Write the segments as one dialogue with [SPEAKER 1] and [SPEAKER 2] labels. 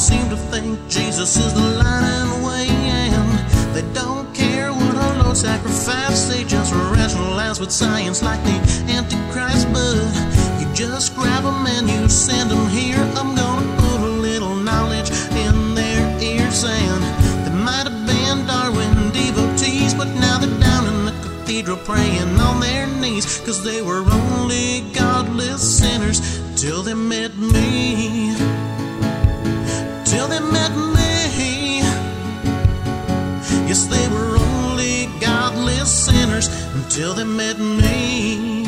[SPEAKER 1] say Jesus is the light and the way, and they don't care what a low sacrifice. They just rationalize with science like the Antichrist, but you just grab 'em and you send 'em here. I'm gonna put a little knowledge in their ears, and they might have been Darwin devotees, but now they're down in the cathedral praying on their knees, cause they were only godless sinners till they met me till they met me. Yes, they were only godless sinners until they met me.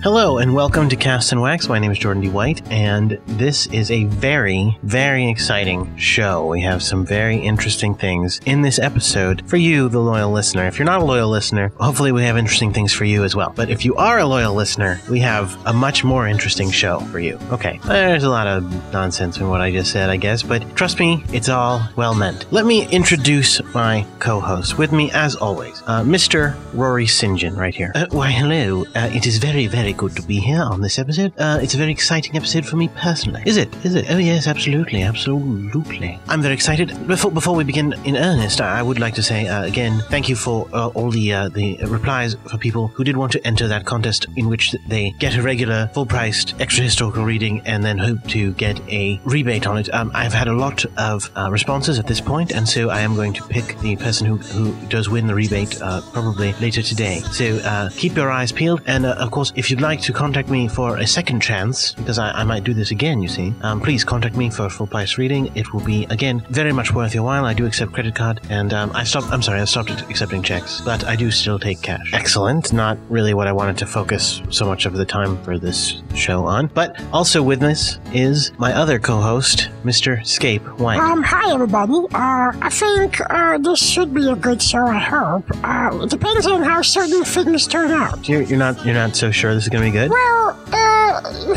[SPEAKER 1] Hello and welcome to Cast and Wax. My name is Jordan D. White, and this is a very, very exciting show. We have some very interesting things in this episode for you, the loyal listener. If you're not a loyal listener, hopefully we have interesting things for you as well. But if you are a loyal listener, we have a much more interesting show for you. Okay, there's a lot of nonsense in what I just said, I guess, but trust me, it's all well meant. Let me introduce my co host with me, as always, uh, Mr. Rory St. John, right here. Uh, why, hello. Uh, it is very, very good to be here on this episode. Uh, it's a very exciting episode for me personally. Is it? Is it? Oh yes, absolutely, absolutely. I'm very excited. Before before we begin in earnest, I, I would like to say uh, again thank you for uh, all the uh, the replies for people who did want to enter that contest in which they get a regular full priced extra historical reading and then hope to get a rebate on it. Um, I've had a lot of uh, responses at this point, and so I am going to pick the person who, who does win the rebate uh, probably later today. So uh, keep your eyes peeled, and uh, of course, if you'd like to contact me for a second chance, because I, I might do this again, you see, um, please contact me for full price reading. It will be again very much worth your while. I do accept credit card, and um, I stopped. I'm sorry, I stopped accepting checks, but I do still take cash. Excellent. Not really what I wanted to focus so much of the time for this show on, but also with us is my other co-host, Mr. Scape White.
[SPEAKER 2] Um, hi everybody. Uh, I think uh, this should be a good show. I hope. Uh, it depends on how certain things turn out.
[SPEAKER 1] You're, you're not you're not so sure this is gonna be good.
[SPEAKER 2] Well, uh,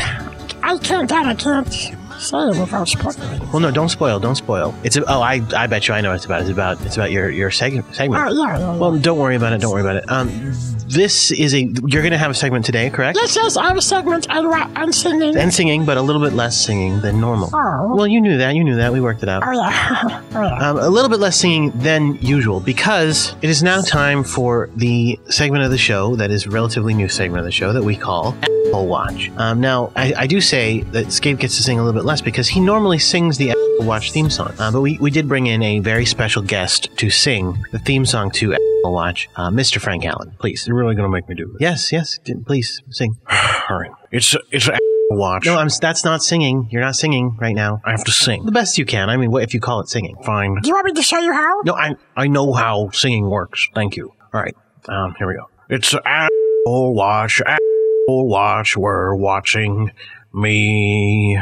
[SPEAKER 2] I can't. That I can't say it without spoiling.
[SPEAKER 1] Well, no, don't spoil, don't spoil. It's a, oh, I I bet you I know what it's about. It's about it's about your your seg- segment.
[SPEAKER 2] Oh yeah, yeah, yeah.
[SPEAKER 1] Well, don't worry about it. Don't worry about it. Um, this is a you're gonna have a segment today, correct?
[SPEAKER 2] yes, yes. I have a segment and ra- and singing.
[SPEAKER 1] And singing, but a little bit less singing than normal.
[SPEAKER 2] oh,
[SPEAKER 1] Well, you knew that. You knew that. We worked it out.
[SPEAKER 2] oh yeah, oh yeah.
[SPEAKER 1] Um, a little bit less singing than usual because it is now time for the segment of the show that is a relatively new segment of the show that we call Apple Watch. Um, now, I, I do say that Scape gets to sing a little bit less because he normally sings the Apple Watch theme song, uh, but we, we did bring in a very special guest to sing the theme song to Apple Watch, uh, Mr. Frank Allen. Please.
[SPEAKER 3] You're really gonna make me do this.
[SPEAKER 1] Yes, yes. d- Please sing.
[SPEAKER 3] All right. It's it's a watch.
[SPEAKER 1] No, I'm, that's not singing. You're not singing right now.
[SPEAKER 3] I have to sing.
[SPEAKER 1] The best you can. I mean, what if you call it singing?
[SPEAKER 3] Fine.
[SPEAKER 2] Do you want me to show you how?
[SPEAKER 3] No, I I know how singing works. Thank you. All right.
[SPEAKER 1] Uh,
[SPEAKER 3] Um, here we go. It's a watch. A watch. We're watching me.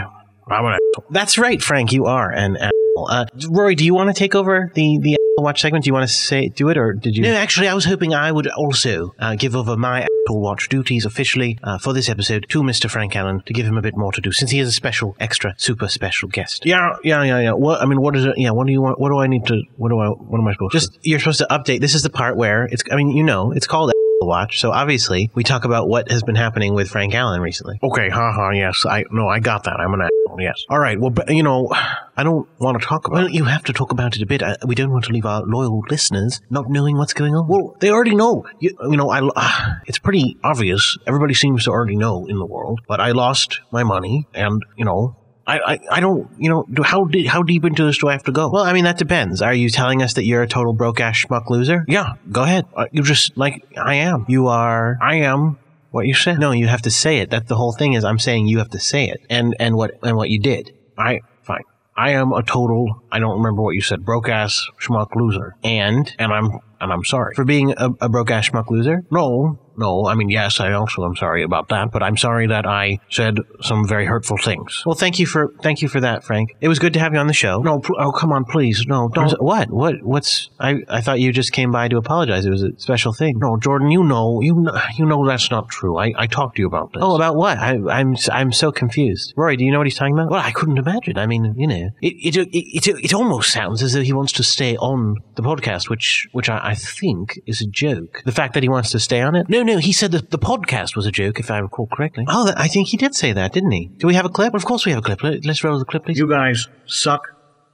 [SPEAKER 3] I'm an asshole.
[SPEAKER 1] That's right, Frank. You are an asshole. Uh, Rory, do you want to take over the the Apple Watch segment? Do you want to say do it, or did you? No, actually, I was hoping I would also uh, give over my Apple Watch duties officially uh, for this episode to Mr. Frank Allen to give him a bit more to do, since he is a special, extra, super special guest.
[SPEAKER 3] Yeah, yeah, yeah, yeah. What I mean, what is it? Yeah, what do you want? What do I need to? What do I? What am I supposed to?
[SPEAKER 1] Just you're supposed to update. This is the part where it's. I mean, you know, it's called Apple Watch, so obviously we talk about what has been happening with Frank Allen recently.
[SPEAKER 3] Okay, haha. Yes, I no, I got that. I'm an asshole. Yes. All right. Well, but, you know, I don't want to talk about.
[SPEAKER 1] Well,
[SPEAKER 3] it.
[SPEAKER 1] you have to talk about it a bit. Uh, we don't want to leave our loyal listeners not knowing what's going on.
[SPEAKER 3] Well, they already know. You, you know, I. Uh, it's pretty obvious. Everybody seems to already know in the world. But I lost my money, and you know, I, I, I don't. You know, do, how de- how deep into this do I have to go?
[SPEAKER 1] Well, I mean, that depends. Are you telling us that you're a total broke ass schmuck loser?
[SPEAKER 3] yeah,
[SPEAKER 1] Go ahead.
[SPEAKER 3] uh, you just like I am.
[SPEAKER 1] You are.
[SPEAKER 3] I am what you said.
[SPEAKER 1] No, you have to say it. That the whole thing is. I'm saying you have to say it, and and what and what you did.
[SPEAKER 3] I fine. I am a total. I don't remember what you said. Broke ass schmuck loser,
[SPEAKER 1] And
[SPEAKER 3] and I'm and I'm sorry.
[SPEAKER 1] for being a, a broke ass schmuck loser,
[SPEAKER 3] No, no. I mean, yes, I also am sorry about that, but I'm sorry that I said some very hurtful things.
[SPEAKER 1] well, thank you for thank you for that, Frank. It was good to have you on the show.
[SPEAKER 3] No, pl- oh, come on, please. No,
[SPEAKER 1] I'm
[SPEAKER 3] don't.
[SPEAKER 1] so- what what what's I I thought you just came by to apologize. It was a special thing.
[SPEAKER 3] No, Jordan, you know, you know, you know that's not true. I, I talked to you about this.
[SPEAKER 1] Oh, about what? I, I'm I'm so confused. Rory, do you know what he's talking about? Well, I couldn't imagine. I mean, you know, it it it, it, it almost sounds as though he wants to stay on the podcast, which which I, I think is a joke. The fact that he wants to stay on it? No, no. He said that the podcast was a joke, if I recall correctly. Oh, that- I think he did say that, didn't he? Do we have a clip? Of course we have a clip. Let- Let's roll the clip, please.
[SPEAKER 4] You guys suck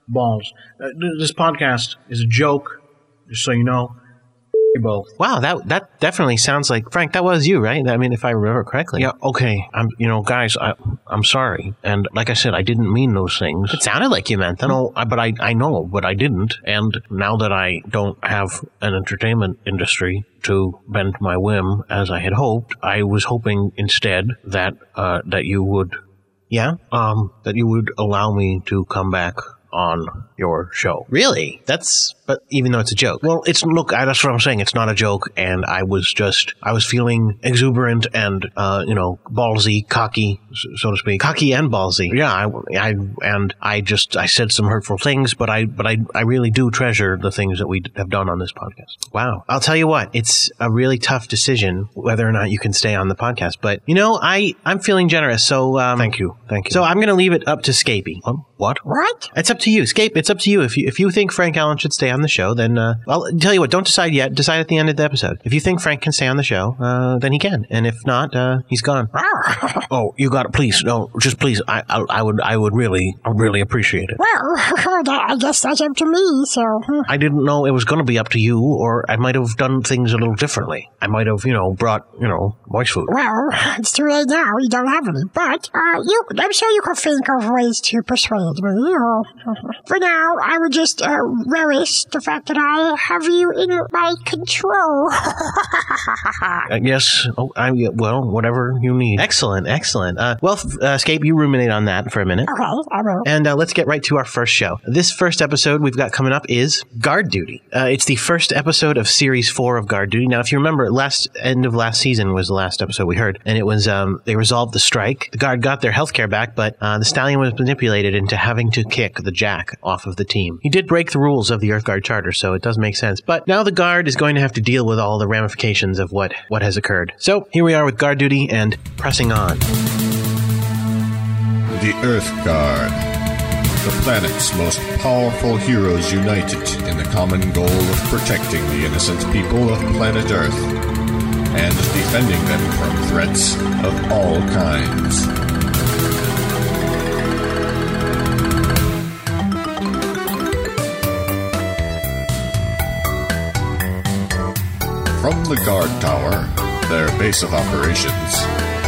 [SPEAKER 4] balls. Uh, th- this podcast is a joke, just so you know. You both.
[SPEAKER 1] Wow, that that definitely sounds like Frank. That was you, right? I mean, if I remember correctly.
[SPEAKER 4] Yeah, okay. I'm, you know, guys, I, I'm sorry. And like I said, I didn't mean those things.
[SPEAKER 1] It sounded like you meant them.
[SPEAKER 4] No, I- but I, I know, but I didn't. And now that I don't have an entertainment industry to bend my whim as I had hoped, I was hoping instead that uh, that you would
[SPEAKER 1] Yeah.
[SPEAKER 4] um, that you would allow me to come back on your show.
[SPEAKER 1] Really? That's but even though it's a joke.
[SPEAKER 4] Well, it's look. I- That's what I'm saying. It's not a joke, and I was just I was feeling exuberant and uh, you know ballsy, cocky, s- so to speak.
[SPEAKER 1] Cocky and ballsy.
[SPEAKER 4] Yeah, I, I and I just I said some hurtful things, but I but I I really do treasure the things that we d- have done on this podcast.
[SPEAKER 1] Wow. I'll tell you what, it's a really tough decision whether or not you can stay on the podcast. But you know, I I'm feeling generous, so um,
[SPEAKER 4] Thank you, thank you.
[SPEAKER 1] So I'm going to leave it up to Scapy.
[SPEAKER 4] um, what?
[SPEAKER 2] What?
[SPEAKER 1] It's up to you, Scape. It's up to you. If you if you think Frank Allen should stay on the show, then uh, I'll tell you what. Don't decide yet. Decide at the end of the episode. If you think Frank can stay on the show, uh, then he can. And if not, uh, he's gone.
[SPEAKER 2] Well,
[SPEAKER 4] Oh, you got it. Please, no, just please. I, I I would I would really I would really appreciate it.
[SPEAKER 2] well, that, I guess that's up to me, so. hmm.
[SPEAKER 4] I didn't know it was going to be up to you, or I might have done things a little differently. I might have, you know, brought, you know, moist food.
[SPEAKER 2] Well, it's too late now. You don't have any. But uh, you, I'm sure you can think of ways to persuade me. Or, for now, I would just uh, relish the fact that I have you in my control.
[SPEAKER 4] I guess. Oh, I yeah, well, whatever you need.
[SPEAKER 1] Excellent, excellent. Uh, well, f- uh, Scape, you ruminate on that for a minute.
[SPEAKER 2] okay, I will.
[SPEAKER 1] And uh, let's get right to our first show. This first episode we've got coming up is Guard Duty. Uh, it's the first episode of Series Four of Guard Duty. Now, if you remember, last end of last season was the last episode we heard, and it was um, they resolved the strike. The guard got their health care back, but uh, the stallion was manipulated into having to kick the jack off of the team. He did break the rules of the Earth Guard Charter, so it does make sense. But now the guard is going to have to deal with all the ramifications of what what has occurred. So here we are with Guard Duty and pressing on.
[SPEAKER 5] The Earth Guard. The planet's most powerful heroes united in the common goal of protecting the innocent people of planet Earth and defending them from threats of all kinds. From the guard tower, their base of operations,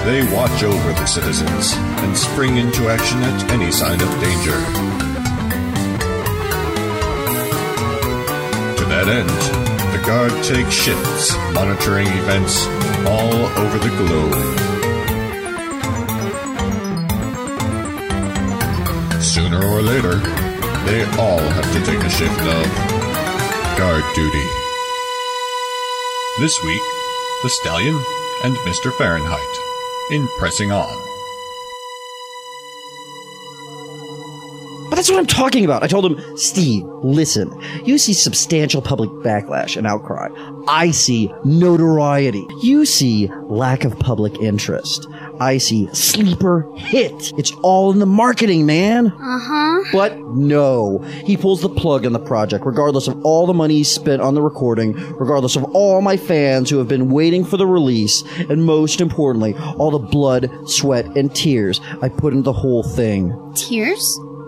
[SPEAKER 5] they watch over the citizens and spring into action at any sign of danger. To that end, the guard takes shifts monitoring events all over the globe. Sooner or later, they all have to take a shift of guard duty. This week, The Stallion and Mr. Fahrenheit in Pressing On.
[SPEAKER 6] But that's what I'm talking about. I told him, Steve, listen, you see substantial public backlash and outcry. I see notoriety. You see lack of public interest. I see sleeper hit. It's all in the marketing, man. Uh huh. But no, he pulls the plug on the project, regardless of all the money he spent on the recording, regardless of all my fans who have been waiting for the release, and most importantly, all the blood, sweat, and tears I put into the whole thing.
[SPEAKER 7] Tears?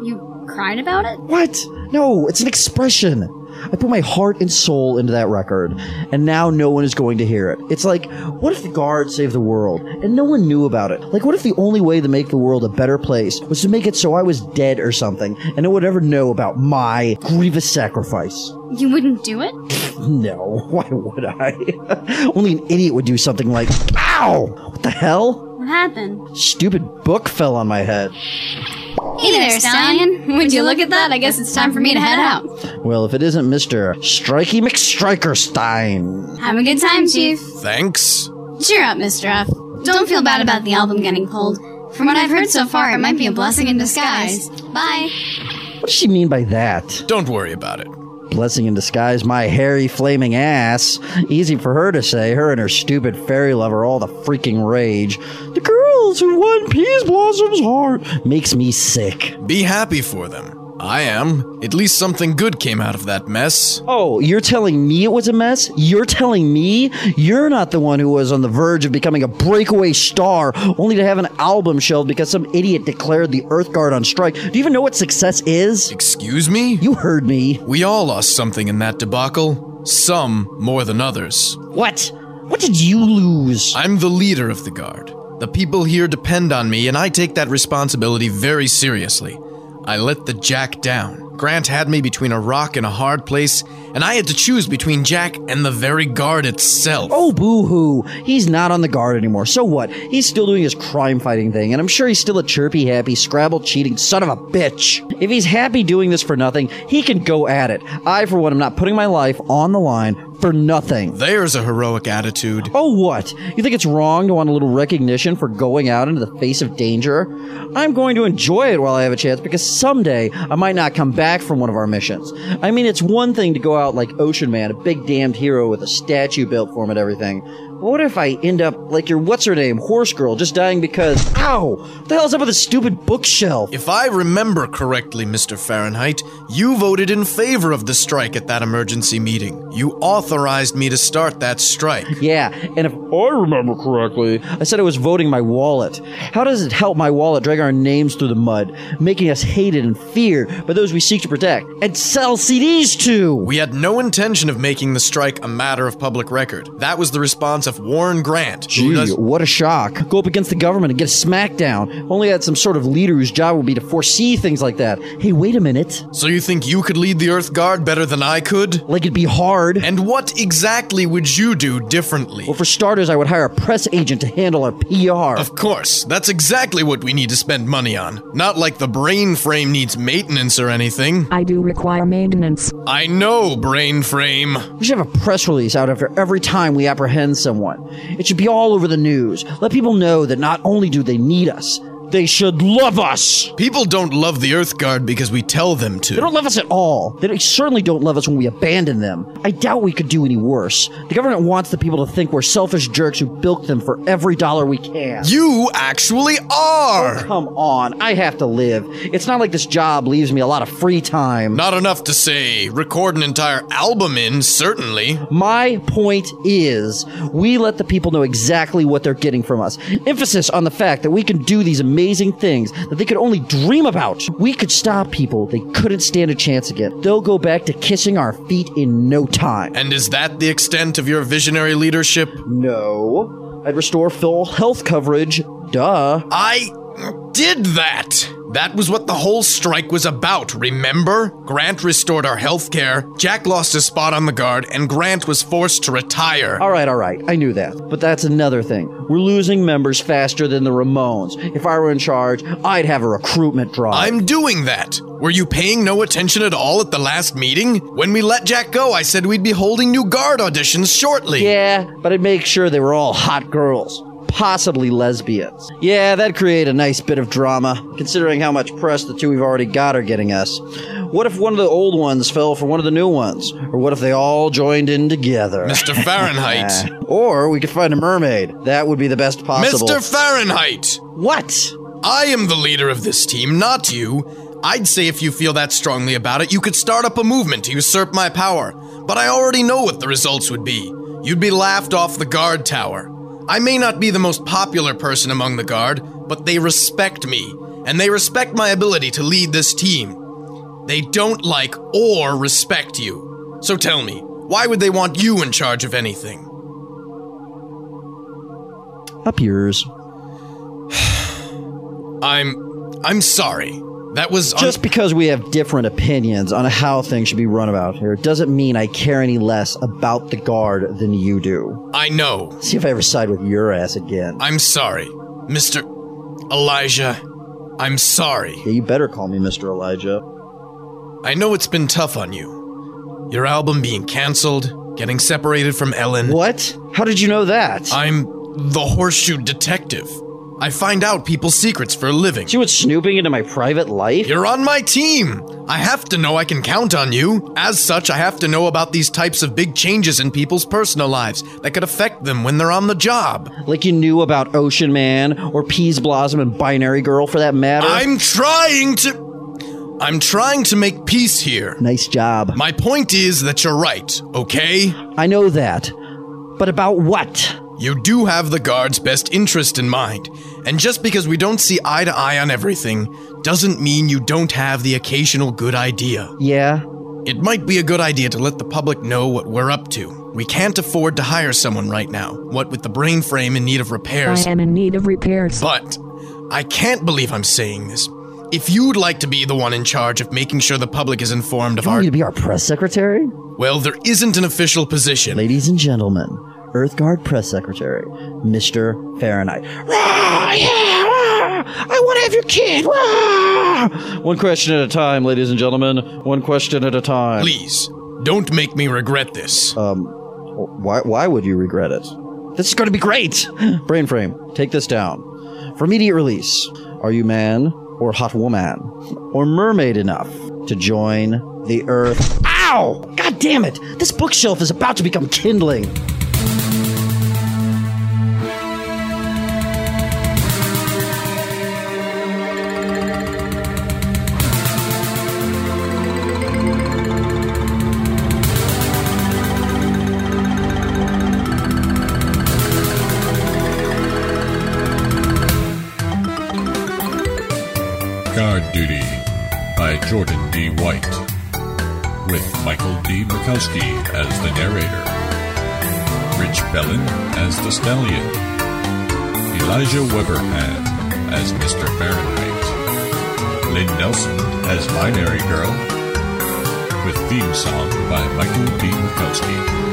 [SPEAKER 7] You cried about it?
[SPEAKER 6] What? No, it's an expression. I put my heart and soul into that record, and now no one is going to hear it. It's like, what if the guard saved the world, and no one knew about it? Like, what if the only way to make the world a better place was to make it so I was dead or something, and no one would ever know about my grievous sacrifice?
[SPEAKER 7] You wouldn't do it?
[SPEAKER 6] No, why would I? only an idiot would do something like, ow! What the hell?
[SPEAKER 7] What happened?
[SPEAKER 6] Stupid book fell on my head.
[SPEAKER 7] Hey there, Stallion. Would you look at that? I guess it's time for me to head out.
[SPEAKER 6] Well, if it isn't Mr. Strikey McStrikerstein.
[SPEAKER 7] Have a good time, Chief.
[SPEAKER 8] Thanks.
[SPEAKER 7] Cheer up, Mr. F. Don't feel bad about the album getting pulled. From what I've heard so far, it might be a blessing in disguise. Bye.
[SPEAKER 6] What does she mean by that?
[SPEAKER 8] Don't worry about it.
[SPEAKER 6] Blessing in disguise, my hairy, flaming ass. Easy for her to say. Her and her stupid fairy lover, all the freaking rage. The girls who won Peas Blossom's heart makes me sick.
[SPEAKER 8] Be happy for them. I am. At least something good came out of that mess.
[SPEAKER 6] Oh, you're telling me it was a mess? You're telling me you're not the one who was on the verge of becoming a breakaway star, only to have an album shelved because some idiot declared the Earth Guard on strike. Do you even know what success is?
[SPEAKER 8] Excuse me?
[SPEAKER 6] You heard me.
[SPEAKER 8] We all lost something in that debacle. Some more than others.
[SPEAKER 6] What? What did you lose?
[SPEAKER 8] I'm the leader of the guard. The people here depend on me, and I take that responsibility very seriously. I let the Jack down. Grant had me between a rock and a hard place, and I had to choose between Jack and the very guard itself.
[SPEAKER 6] Oh, boo hoo. He's not on the guard anymore. So what? He's still doing his crime fighting thing, and I'm sure he's still a chirpy, happy, Scrabble cheating son of a bitch. If he's happy doing this for nothing, he can go at it. I, for one, am not putting my life on the line for nothing.
[SPEAKER 8] There's a heroic attitude.
[SPEAKER 6] Oh, what? You think it's wrong to want a little recognition for going out into the face of danger? I'm going to enjoy it while I have a chance because someday I might not come back from one of our missions. I mean, it's one thing to go out like Ocean Man, a big damned hero with a statue built for him and everything. But what if I end up like your what's her name, horse girl, just dying because. Ow! What the hell's up with this stupid bookshelf?
[SPEAKER 8] If I remember correctly, Mr. Fahrenheit, you voted in favor of the strike at that emergency meeting. You authorized me to start that strike.
[SPEAKER 6] Yeah, and if I remember correctly, I said I was voting my wallet. How does it help my wallet drag our names through the mud, making us hated and feared by those we seek to protect and sell CDs to?
[SPEAKER 8] We had no intention of making the strike a matter of public record. That was the response of Warren Grant. who
[SPEAKER 6] Gee,
[SPEAKER 8] does-
[SPEAKER 6] what a shock. Go up against the government and get a smackdown. Only had some sort of leader whose job would be to foresee things like that. Hey, wait a minute.
[SPEAKER 8] so you think you could lead the Earth Guard better than I could?
[SPEAKER 6] Like it'd be hard.
[SPEAKER 8] And what exactly would you do differently?
[SPEAKER 6] Well, for starters, I would hire a press agent to handle our PR.
[SPEAKER 8] Of course, that's exactly what we need to spend money on. Not like the brain frame needs maintenance or anything.
[SPEAKER 9] I do require maintenance.
[SPEAKER 8] I know, brain frame.
[SPEAKER 6] We should have a press release out after every time we apprehend someone. It should be all over the news. Let people know that not only do they need us, they should love us.
[SPEAKER 8] People don't love the Earth Guard because we tell them
[SPEAKER 6] They don't
[SPEAKER 8] to.
[SPEAKER 6] love us at all. They certainly don't love us when we abandon them. I doubt we could do any worse. The government wants the people to think we're selfish jerks who bilk them for every dollar we can. Oh,
[SPEAKER 8] You actually are!
[SPEAKER 6] Come on, I have to live. It's not like this job leaves me a lot of free time.
[SPEAKER 8] Not enough to say, record an entire album in, certainly.
[SPEAKER 6] My point is, we let the people know exactly what they're getting from us. Emphasis on the fact that we can do these amazing things that they could only dream about. We could stop people they couldn't stand a chance against. They'll go back to kissing our feet in no time.
[SPEAKER 8] And is that the extent of your visionary leadership?
[SPEAKER 6] No. I'd restore full health coverage. Duh.
[SPEAKER 8] I did that. That was what the whole strike was about, remember? Grant restored our health care, Jack lost his spot on the guard, and Grant was forced to retire.
[SPEAKER 6] All right, all right. I knew that. But that's another thing. We're losing members faster than the Ramones. If I were in charge, I'd have a recruitment drive.
[SPEAKER 8] I'm doing that. Were you paying no attention at all at the last meeting? When we let Jack go, I said we'd be holding new guard auditions shortly.
[SPEAKER 6] Yeah, but I'd make sure they were all hot girls, possibly lesbians. Yeah, that'd create a nice bit of drama, considering how much press the two we've already got are getting us. What if one of the old ones fell for one of the new ones? Or what if they all joined in together?
[SPEAKER 8] Mr. Fahrenheit.
[SPEAKER 6] Or we could find a mermaid. That would be the best possible.
[SPEAKER 8] Mr. Fahrenheit!
[SPEAKER 6] what?
[SPEAKER 8] I am the leader of this team, not you. I'd say if you feel that strongly about it, you could start up a movement to usurp my power. But I already know what the results would be. You'd be laughed off the guard tower. I may not be the most popular person among the guard, but they respect me, and they respect my ability to lead this team. They don't like or respect you. So tell me, why would they want you in charge of anything?
[SPEAKER 6] Up yours.
[SPEAKER 8] I'm. I'm sorry. That was. un-
[SPEAKER 6] Just because we have different opinions on how things should be run about here doesn't mean I care any less about the guard than you do.
[SPEAKER 8] I know.
[SPEAKER 6] See if I ever side with your ass again.
[SPEAKER 8] I'm sorry, Mr. Elijah. I'm sorry.
[SPEAKER 6] Yeah, you better call me Mr. Elijah.
[SPEAKER 8] I know it's been tough on you. Your album being canceled, getting separated from Ellen.
[SPEAKER 6] What? How did you know that?
[SPEAKER 8] I'm the horseshoe detective. I find out people's secrets for a living.
[SPEAKER 6] she was snooping into my private life?
[SPEAKER 8] You're on my team. I have to know I can count on you. As such, I have to know about these types of big changes in people's personal lives that could affect them when they're on the job.
[SPEAKER 6] like you knew about Ocean Man or Peas Blossom and Binary Girl for that matter?
[SPEAKER 8] I'm trying to. I'm trying to make peace here.
[SPEAKER 6] Nice job.
[SPEAKER 8] My point is that you're right, okay?
[SPEAKER 6] I know that. But about what?
[SPEAKER 8] You do have the guard's best interest in mind, and just because we don't see eye to eye on everything doesn't mean you don't have the occasional good idea.
[SPEAKER 6] Yeah,
[SPEAKER 8] It might be a good idea to let the public know what we're up to. We can't afford to hire someone right now, what with the brain frame in need of
[SPEAKER 9] I
[SPEAKER 8] repairs.
[SPEAKER 9] am in need of repairs.
[SPEAKER 8] But I can't believe I'm saying this. If you'd like to be the one in charge of making sure the public is informed of
[SPEAKER 6] you want
[SPEAKER 8] our.
[SPEAKER 6] me to be our press secretary?
[SPEAKER 8] Well, there isn't an official position.
[SPEAKER 6] Ladies and gentlemen, Earthguard press secretary, Mr. Fahrenheit. Rah, yeah, rah, I want to have your kid. rah. One question at a time, ladies and gentlemen. One question at a time.
[SPEAKER 8] Please, don't make me regret this.
[SPEAKER 6] Um, Why, why would you regret it? This is going to be great! Brain frame, take this down. For immediate release, are you man or hot woman or mermaid enough to join the earth? Ow! God damn it! This bookshelf is about to become kindling.
[SPEAKER 10] Guard Duty by Jordan D. White, with Michael D. Mikowski as the narrator, Rich Bellin as the stallion, Elijah Weberhan as Mr. Fahrenheit, Lynn Nelson as Binary Girl, with theme song by Michael D. Mikowski.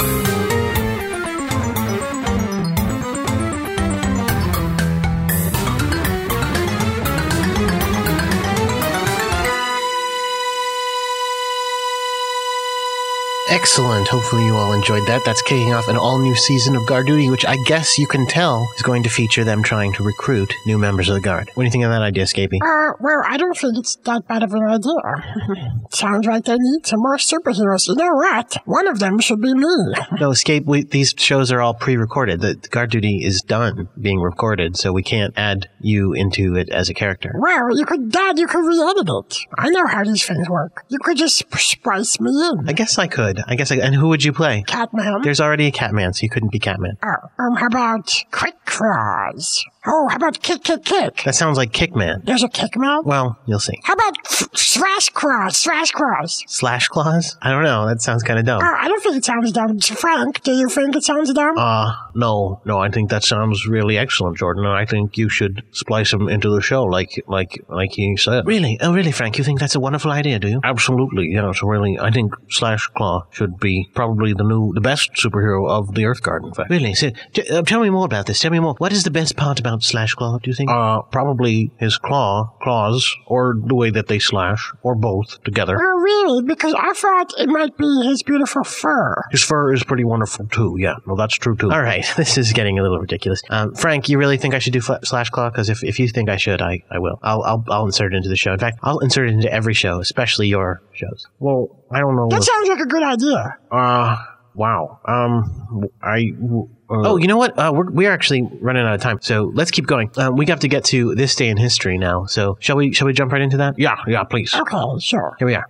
[SPEAKER 1] Excellent. Hopefully, you all enjoyed that. That's kicking off an all new season of Guard Duty, which I guess you can tell is going to feature them trying to recruit new members of the Guard. What do you think of that idea, Scapy?
[SPEAKER 2] Uh, well, I don't think it's that bad of an idea. Sounds like they need some more superheroes. You know what? One of them should be me.
[SPEAKER 1] No, Scape, we, these shows are all pre recorded. The the Guard Duty is done being recorded, so we can't add you into it as a character.
[SPEAKER 2] Well, you could, Dad, you could re-edit it. I know how these things work. You could just sp- splice me in.
[SPEAKER 1] I guess I could. I guess I And who would you play?
[SPEAKER 2] Catman.
[SPEAKER 1] There's already a Catman, so you couldn't be Catman.
[SPEAKER 2] Oh, um, how about Quick Claws? Oh, how about Kick, Kick, Kick?
[SPEAKER 1] That sounds like Kickman.
[SPEAKER 2] There's a Kickman?
[SPEAKER 1] Well, you'll see.
[SPEAKER 2] How about f- Slash Claws? Slash Claws?
[SPEAKER 1] Slash claws? I don't know. That sounds kind of dumb.
[SPEAKER 2] Oh, I don't think it sounds dumb. Frank, do you think it sounds dumb?
[SPEAKER 3] Uh, no, no, I think that sounds really excellent, Jordan, and I think you should splice him into the show like, like, like he said.
[SPEAKER 1] Really? Oh, really, Frank? You think that's a wonderful idea, do you?
[SPEAKER 3] Absolutely, yeah, it's really, I think Slash Claw should be probably the new, the best superhero of the Earth Guard, in fact.
[SPEAKER 1] Really? So, t- uh, tell me more about this. Tell me more. What is the best part about Slash Claw, do you think?
[SPEAKER 3] Uh, probably his claw, claws, or the way that they slash, or both together.
[SPEAKER 2] Oh, really? Because I thought it might be his beautiful fur.
[SPEAKER 3] His fur is pretty wonderful too. Yeah, no, that's true too.
[SPEAKER 1] All right, this is getting a little ridiculous. Um, Frank, you really think I should do fla- Slash Claw? Because if, if you think I should, I, I will. I'll, I'll I'll insert it into the show. In fact, I'll insert it into every show, especially your shows.
[SPEAKER 3] Well, I don't know.
[SPEAKER 1] Oh.
[SPEAKER 2] That sounds like a good idea.
[SPEAKER 3] Uh, wow. Um, I. Uh,
[SPEAKER 1] Oh, you know what? Uh, we're we're actually running out of time, so let's keep going. Uh, we have to get to this day in history now. So shall we shall we jump right into that?
[SPEAKER 3] yeah, yeah. Please.
[SPEAKER 2] Okay, sure.
[SPEAKER 1] Here we are.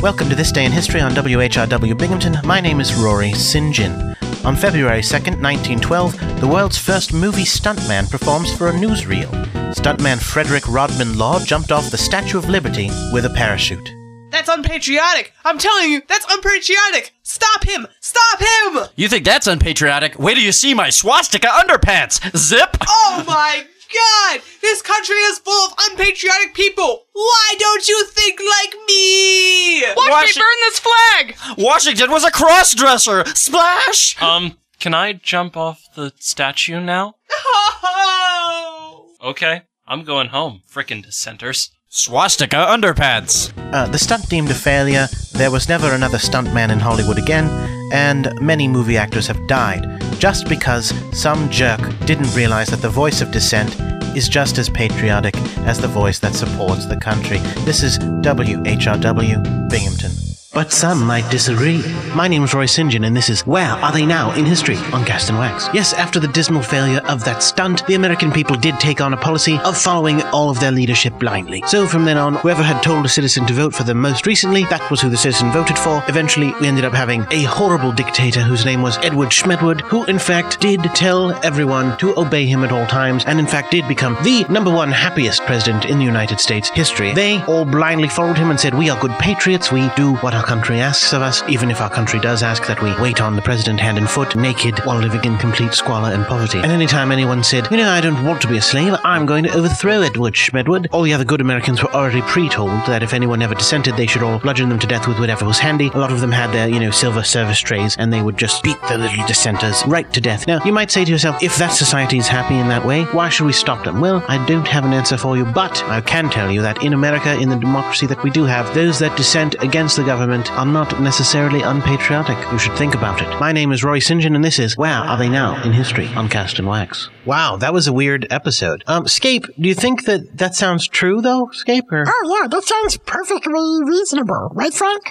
[SPEAKER 1] Welcome to This Day in History on WHRW Binghamton. My name is Rory Sinjin. On February 2nd, 1912, the world's first movie stuntman performs for a newsreel. Stuntman Frederick Rodman Law jumped off the Statue of Liberty with a parachute.
[SPEAKER 11] That's unpatriotic. I'm telling you, that's unpatriotic. Stop him. Stop him.
[SPEAKER 12] You think that's unpatriotic? Wait till you see my swastika underpants! Zip!
[SPEAKER 11] Oh my god. This country is full of unpatriotic people. Why don't you think like me?
[SPEAKER 13] Watch
[SPEAKER 12] Washi-
[SPEAKER 13] me burn this flag!
[SPEAKER 12] Washington was a cross-dresser! Splash!
[SPEAKER 13] Um, can I jump off the statue now?
[SPEAKER 11] Oh.
[SPEAKER 13] Okay, I'm going home. Frickin' dissenters.
[SPEAKER 12] Swastika underpants.
[SPEAKER 1] Uh, the stunt deemed a failure, there was never another stuntman in Hollywood again, and many movie actors have died just because some jerk didn't realize that the voice of dissent is just as patriotic as the voice that supports the country. This is WHRW Binghamton. But some might disagree. My name's Roy St. John, and this is Where Are They Now in History on Cast and Wax. Yes, after the dismal failure of that stunt, the American people did take on a policy of following all of their leadership blindly. So from then on, whoever had told a citizen to vote for them most recently, that was who the citizen voted for. Eventually, we ended up having a horrible dictator whose name was Edward Schmedwood, who in fact did tell everyone to obey him at all times, and in fact did become the number one happiest president in the United States history. They all blindly followed him and said, We are good patriots, we do what our country asks of us, even if our country does ask that we wait on the president hand and foot, naked, while living in complete squalor and poverty. And any time anyone said, You know, I don't want to be a slave, I'm going to overthrow Edward Schmedwood, all the other good Americans were already pre told that if anyone ever dissented, they should all bludgeon them to death with whatever was handy. A lot of them had their, you know, silver service trays, and they would just beat the little dissenters right to death. Now, you might say to yourself, if that society is happy in that way, why should we stop them? Well, I don't have an answer for you, but I can tell you that in America, in the democracy that we do have, those that dissent against the government are not necessarily unpatriotic. You should think about it. My name is Roy St. John, and this is Where Are They Now in History on Cast and Wax. Wow, that was a weird episode. Um, Scape, do you think that that sounds true, though, Scape? Or?
[SPEAKER 2] Oh, yeah, that sounds perfectly reasonable, right, Frank?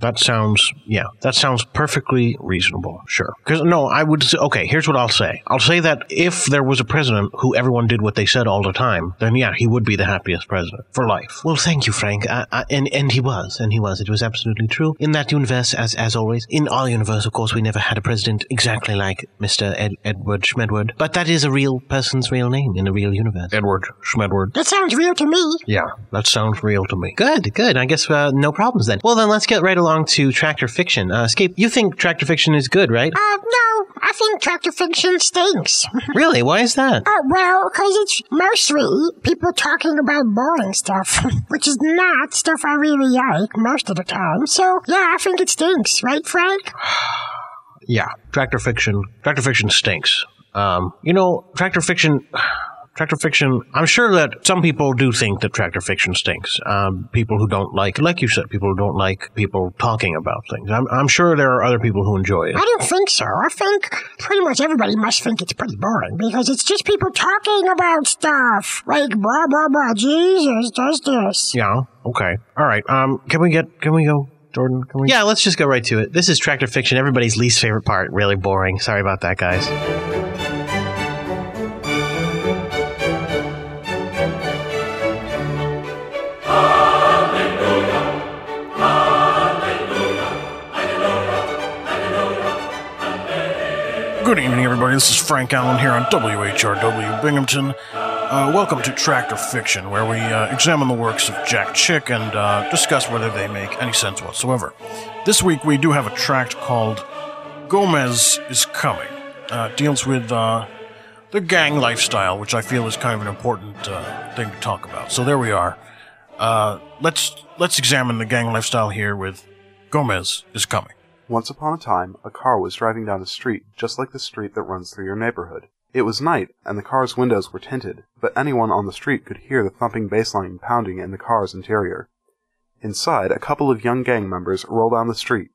[SPEAKER 3] That sounds, yeah, that sounds perfectly reasonable. Sure. Because, no, I would, s- okay, here's what I'll say. I'll say that if there was a president who everyone did what they said all the time, then yeah, he would be the happiest president for life.
[SPEAKER 1] Well, thank you, Frank. I, I, and and he was, and he was. It was absolutely true. In that universe, as as always, in our universe, of course, we never had a president exactly like Mister Ed, Edward Schmedward. But that is a real person's real name in a real universe.
[SPEAKER 3] Edward Schmedward.
[SPEAKER 2] That sounds real to me.
[SPEAKER 3] Yeah, that sounds real to me.
[SPEAKER 1] Good, good. I guess uh, no problems then. Well, then let's get right along to tractor fiction. Uh, Scape, you think tractor fiction is good, right?
[SPEAKER 2] Uh, no, I think tractor fiction stinks.
[SPEAKER 1] really? Why is that?
[SPEAKER 2] Oh, well, because it's mostly people talking about boring stuff, which is not stuff I really like most of the time. So, yeah, I think it stinks, right, Frank?
[SPEAKER 3] Yeah, tractor fiction. Tractor fiction stinks. Um, you know, tractor fiction. Tractor fiction. I'm sure that some people do think that tractor fiction stinks. Um, people who don't like, like you said, people who don't like people talking about things. I'm, I'm sure there are other people who enjoy it.
[SPEAKER 2] I don't think so. I think pretty much everybody must think it's pretty boring because it's just people talking about stuff like blah blah blah. Jesus does this.
[SPEAKER 3] Yeah. Okay. All right. Um, can we get? Can we go, Jordan? Can we?
[SPEAKER 1] Yeah, let's just go right to it. This is tractor fiction, everybody's least favorite part. Really boring. Sorry about that, guys.
[SPEAKER 9] Good evening, everybody. This is Frank Allen here on WHRW Binghamton. Uh, welcome to Tractor Fiction, where we uh, examine the works of Jack Chick and uh, discuss whether they make any sense whatsoever. This week, we do have a tract called Gomez is Coming. Uh, it deals with uh, the gang lifestyle, which I feel is kind of an important uh, thing to talk about. So there we are. Uh, let's let's examine the gang lifestyle here with Gomez is Coming.
[SPEAKER 14] Once upon a time, a car was driving down a street just like the street that runs through your neighborhood. It was night, and the car's windows were tinted, but anyone on the street could hear the thumping bass line pounding in the car's interior. Inside, a couple of young gang members roll down the street,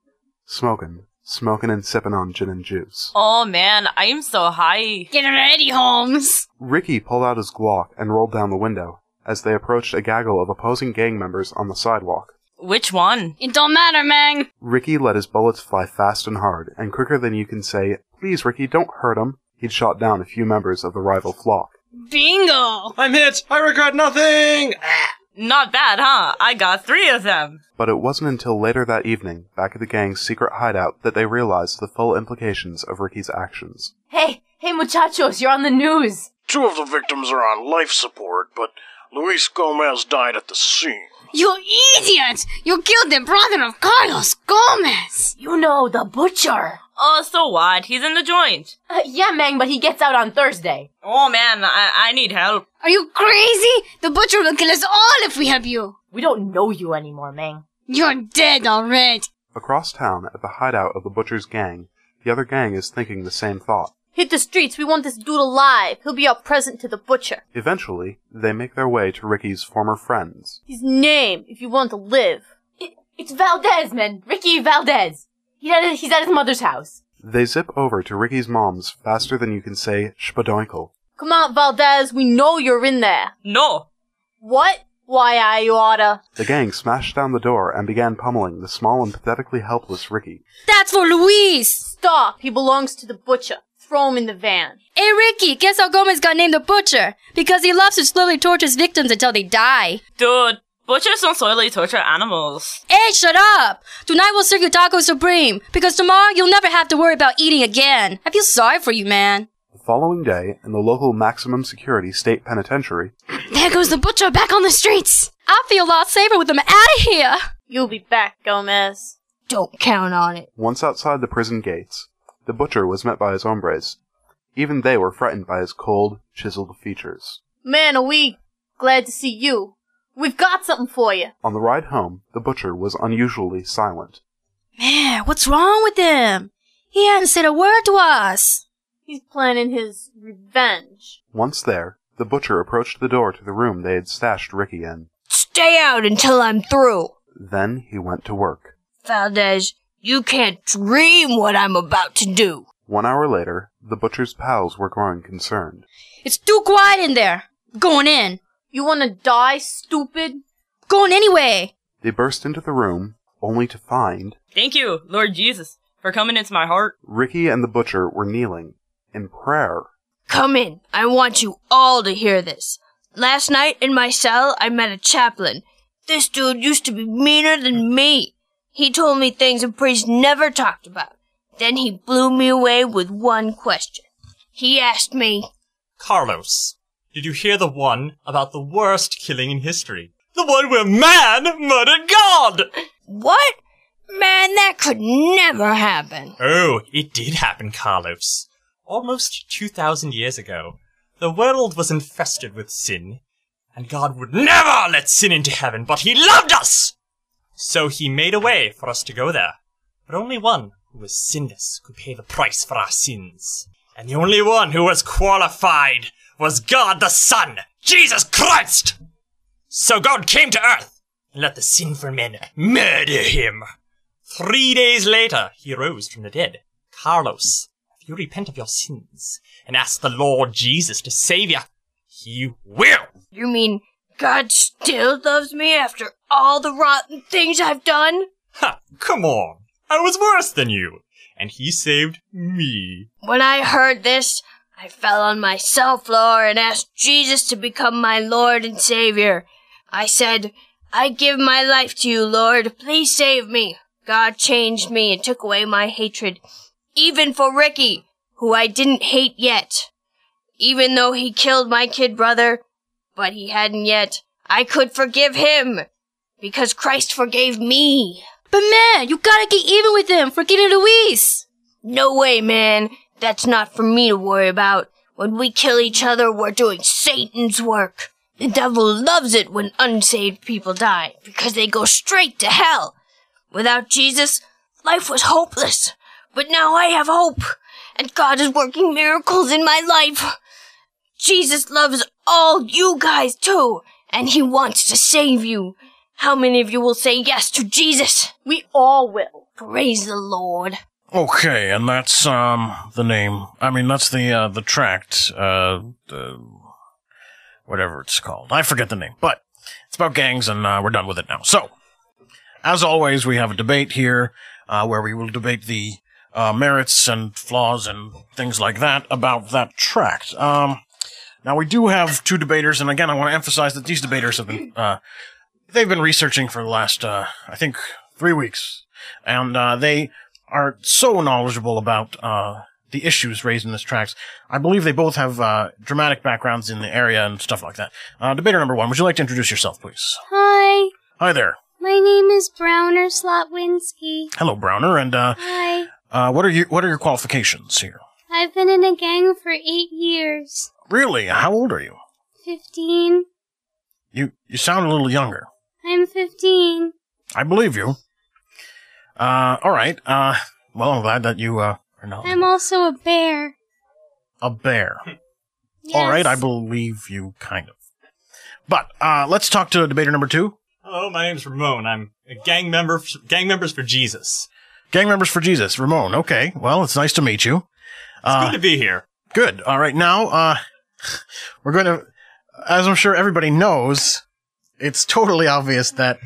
[SPEAKER 14] smoking, smoking and sipping on gin and juice.
[SPEAKER 15] Oh man, I'm so high.
[SPEAKER 7] Get ready, Holmes.
[SPEAKER 14] Ricky pulled out his Glock and rolled down the window as they approached a gaggle of opposing gang members on the sidewalk.
[SPEAKER 15] Which one?
[SPEAKER 7] It don't matter, Mang.
[SPEAKER 14] Ricky let his bullets fly fast and hard, and quicker than you can say, Please, Ricky, don't hurt him. He'd shot down a few members of the rival flock.
[SPEAKER 7] Bingo.
[SPEAKER 13] I'm hit. I regret nothing.
[SPEAKER 15] Not bad, huh? I got three of them.
[SPEAKER 14] But it wasn't until later that evening, back at the gang's secret hideout, that they realized the full implications of Ricky's actions.
[SPEAKER 16] Hey, hey, muchachos, you're on the news.
[SPEAKER 9] Two of the victims are on life support, but Luis Gomez died at the scene.
[SPEAKER 7] You idiot! You killed the brother of Carlos Gomez.
[SPEAKER 16] You know, the butcher.
[SPEAKER 15] Oh, so what? He's in the joint.
[SPEAKER 16] Uh, yeah, Mang, but he gets out on Thursday.
[SPEAKER 15] Oh man, I, I need help.
[SPEAKER 7] Are you crazy? The butcher will kill us all if we help you.
[SPEAKER 16] We don't know you anymore, Mang.
[SPEAKER 7] You're dead already.
[SPEAKER 14] Across town, at the hideout of the butcher's gang, the other gang is thinking the same thought.
[SPEAKER 16] Hit the streets. We want this dude alive. He'll be our present to the butcher.
[SPEAKER 14] Eventually, they make their way to Ricky's former friends.
[SPEAKER 16] His name, if you want to live. It, it's Valdez, man. Ricky Valdez. He at, he's at his mother's house.
[SPEAKER 14] They zip over to Ricky's mom's faster than you can say shpadoinkle.
[SPEAKER 16] Come out, Valdez. We know you're in there.
[SPEAKER 15] No.
[SPEAKER 16] What? Why, I oughta.
[SPEAKER 14] The gang smashed down the door and began pummeling the small and pathetically helpless Ricky.
[SPEAKER 16] That's for Luis! Stop! He belongs to the butcher. Throw him in the van.
[SPEAKER 17] Hey, Ricky, guess how Gomez got named the Butcher? Because he loves to slowly torture his victims until they die.
[SPEAKER 15] Dude, butchers don't slowly torture animals.
[SPEAKER 17] Hey, shut up! Tonight we'll serve you Taco Supreme, because tomorrow you'll never have to worry about eating again. I feel sorry for you, man.
[SPEAKER 14] The following day, in the local maximum security state penitentiary,
[SPEAKER 17] There goes the Butcher back on the streets! I feel a lot safer with him out of here!
[SPEAKER 16] You'll be back, Gomez. Don't count on it.
[SPEAKER 14] once outside the prison gates, the butcher was met by his hombres. Even they were frightened by his cold, chiseled features.
[SPEAKER 16] Man, are we glad to see you. We've got something for you.
[SPEAKER 14] On the ride home, the butcher was unusually silent.
[SPEAKER 17] Man, what's wrong with him? He hasn't said a word to us.
[SPEAKER 16] He's planning his revenge.
[SPEAKER 14] Once there, the butcher approached the door to the room they had stashed Ricky in.
[SPEAKER 18] Stay out until I'm through.
[SPEAKER 14] Then he went to work.
[SPEAKER 18] Valdez, you can't dream what I'm about to do.
[SPEAKER 14] One hour later, the butcher's pals were growing concerned.
[SPEAKER 17] It's too quiet in there. Going in.
[SPEAKER 16] You wanna die, stupid?
[SPEAKER 17] Going anyway.
[SPEAKER 14] They burst into the room, only to find
[SPEAKER 15] Thank you, Lord Jesus, for coming into my heart.
[SPEAKER 14] Ricky and the butcher were kneeling in prayer.
[SPEAKER 18] Come in. I want you all to hear this. Last night in my cell, I met a chaplain. This dude used to be meaner than me. He told me things a priest never talked about. Then he blew me away with one question. He asked me,
[SPEAKER 19] Carlos, did you hear the one about the worst killing in history? The one where man murdered God!
[SPEAKER 18] What? Man, that could never happen.
[SPEAKER 19] Oh, it did happen, Carlos. Almost 2,000 years ago, the world was infested with sin, and God would never let sin into heaven, but He loved us! So He made a way for us to go there. But only one who was sinless could pay the price for our sins. And the only one who was qualified was God the Son, Jesus Christ! So God came to earth and let the sinful men murder him. Three days later, he rose from the dead. Carlos, if you repent of your sins and ask the Lord Jesus to save you, he will.
[SPEAKER 18] You mean God still loves me after all the rotten things I've done?
[SPEAKER 19] Ha, come on. I was worse than you. And he saved me.
[SPEAKER 18] When I heard this, I fell on my cell floor and asked Jesus to become my Lord and Savior. I said, I give my life to you, Lord. Please save me. God changed me and took away my hatred, even for Ricky, who I didn't hate yet. Even though he killed my kid brother, but he hadn't yet, I could forgive him because Christ forgave me.
[SPEAKER 17] But man, you gotta get even with him for getting Luis.
[SPEAKER 18] No way, man. That's not for me to worry about. When we kill each other, we're doing Satan's work. The devil loves it when unsaved people die because they go straight to hell. Without Jesus, life was hopeless. But now I have hope, and God is working miracles in my life. Jesus loves all you guys too, and he wants to save you. How many of you will say yes to Jesus?
[SPEAKER 16] We all will.
[SPEAKER 18] Praise the Lord.
[SPEAKER 20] Okay, and that's um the name. I mean, that's the uh, the tract. Uh, the whatever it's called. I forget the name, but it's about gangs, and uh, we're done with it now. So, as always, we have a debate here uh, where we will debate the uh, merits and flaws and things like that about that tract. Um, now we do have two debaters, and again, I want to emphasize that these debaters have been uh, they've been researching for the last uh, I think three weeks, and uh, they are so knowledgeable about uh, the issues raised in this tracks. I believe they both have uh, dramatic backgrounds in the area and stuff like that. Uh, debater number one, would you like to introduce yourself, please?
[SPEAKER 21] Hi,
[SPEAKER 20] Hi there.
[SPEAKER 21] my name is Browner Slotwinski.
[SPEAKER 20] Hello, Browner, and uh,
[SPEAKER 21] Hi,
[SPEAKER 20] uh, what are you? What are your qualifications here?
[SPEAKER 21] I've been in a gang for eight years.
[SPEAKER 20] Really? How old are you?
[SPEAKER 21] Fifteen.
[SPEAKER 20] You you sound a little younger.
[SPEAKER 21] I'm fifteen.
[SPEAKER 20] I believe you. Uh, all right. Uh, well, I'm glad that you uh, are not
[SPEAKER 21] I'm also a bear.
[SPEAKER 20] a bear. All right, I believe you, kind of. But uh, let's talk to debater number two.
[SPEAKER 19] Hello, my name's Ramon. I'm a gang member, gang members for Jesus.
[SPEAKER 20] Gang members for Jesus, Ramon. Okay, well, it's nice to meet you. Uh,
[SPEAKER 19] It's
[SPEAKER 20] Ah.
[SPEAKER 19] good to be here.
[SPEAKER 20] Good. All right, now uh, we're going to, as I'm sure everybody knows, it's totally obvious that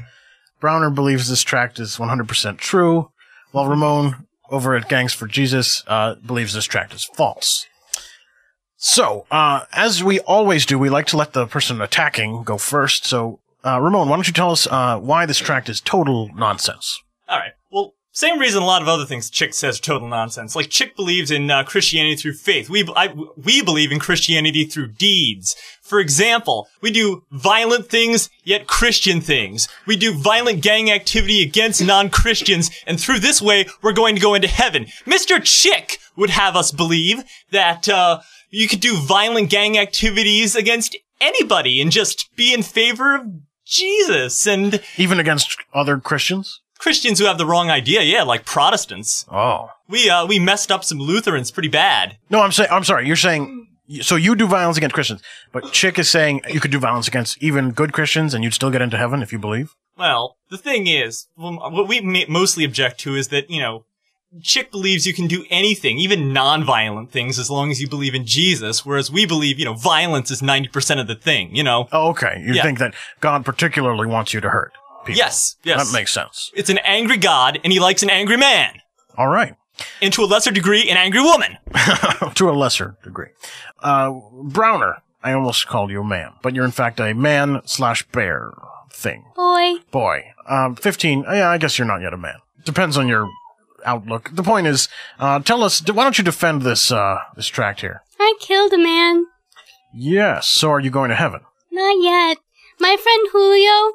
[SPEAKER 20] Browner believes this tract is 100% true, while Ramon over at Gangs for Jesus uh, believes this tract is false. So, uh, as we always do, we like to let the person attacking go first. So, uh, Ramon, why don't you tell us uh, why this tract is total nonsense?
[SPEAKER 19] All right. Well, same reason a lot of other things Chick says are total nonsense. Like Chick believes in uh, Christianity through faith. We I, we believe in Christianity through deeds. For example, we do violent things yet Christian things. We do violent gang activity against non-Christians, and through this way, we're going to go into heaven. Mister Chick would have us believe that uh, you could do violent gang activities against anybody and just be in favor of Jesus and
[SPEAKER 20] even against other Christians.
[SPEAKER 19] Christians who have the wrong idea, yeah, like Protestants.
[SPEAKER 20] Oh.
[SPEAKER 19] We uh we messed up some Lutherans pretty bad.
[SPEAKER 20] No, I'm saying I'm sorry. You're saying so you do violence against Christians, but Chick is saying you could do violence against even good Christians and you'd still get into heaven if you believe.
[SPEAKER 19] Well, the thing is, well, what we ma- mostly object to is that, you know, Chick believes you can do anything, even non-violent things, as long as you believe in Jesus, whereas we believe, you know, violence is 90% of the thing, you know?
[SPEAKER 20] Oh, okay. You
[SPEAKER 19] Yeah.
[SPEAKER 20] think that God particularly wants you to hurt people.
[SPEAKER 19] Yes, yes.
[SPEAKER 20] That makes sense.
[SPEAKER 19] It's an angry God, and he likes an angry man.
[SPEAKER 20] All right.
[SPEAKER 19] And to a lesser degree, an angry woman.
[SPEAKER 20] to a lesser degree. Uh, Browner, I almost called you a man, but you're in fact a man slash bear thing.
[SPEAKER 21] Boy.
[SPEAKER 20] Boy. Um, 15, yeah, I guess you're not yet a man. Depends on your outlook. The point is, uh, tell us, why don't you defend this, uh, this tract here?
[SPEAKER 21] I killed a man.
[SPEAKER 20] Yes, so are you going to heaven?
[SPEAKER 21] Not yet. My friend Julio.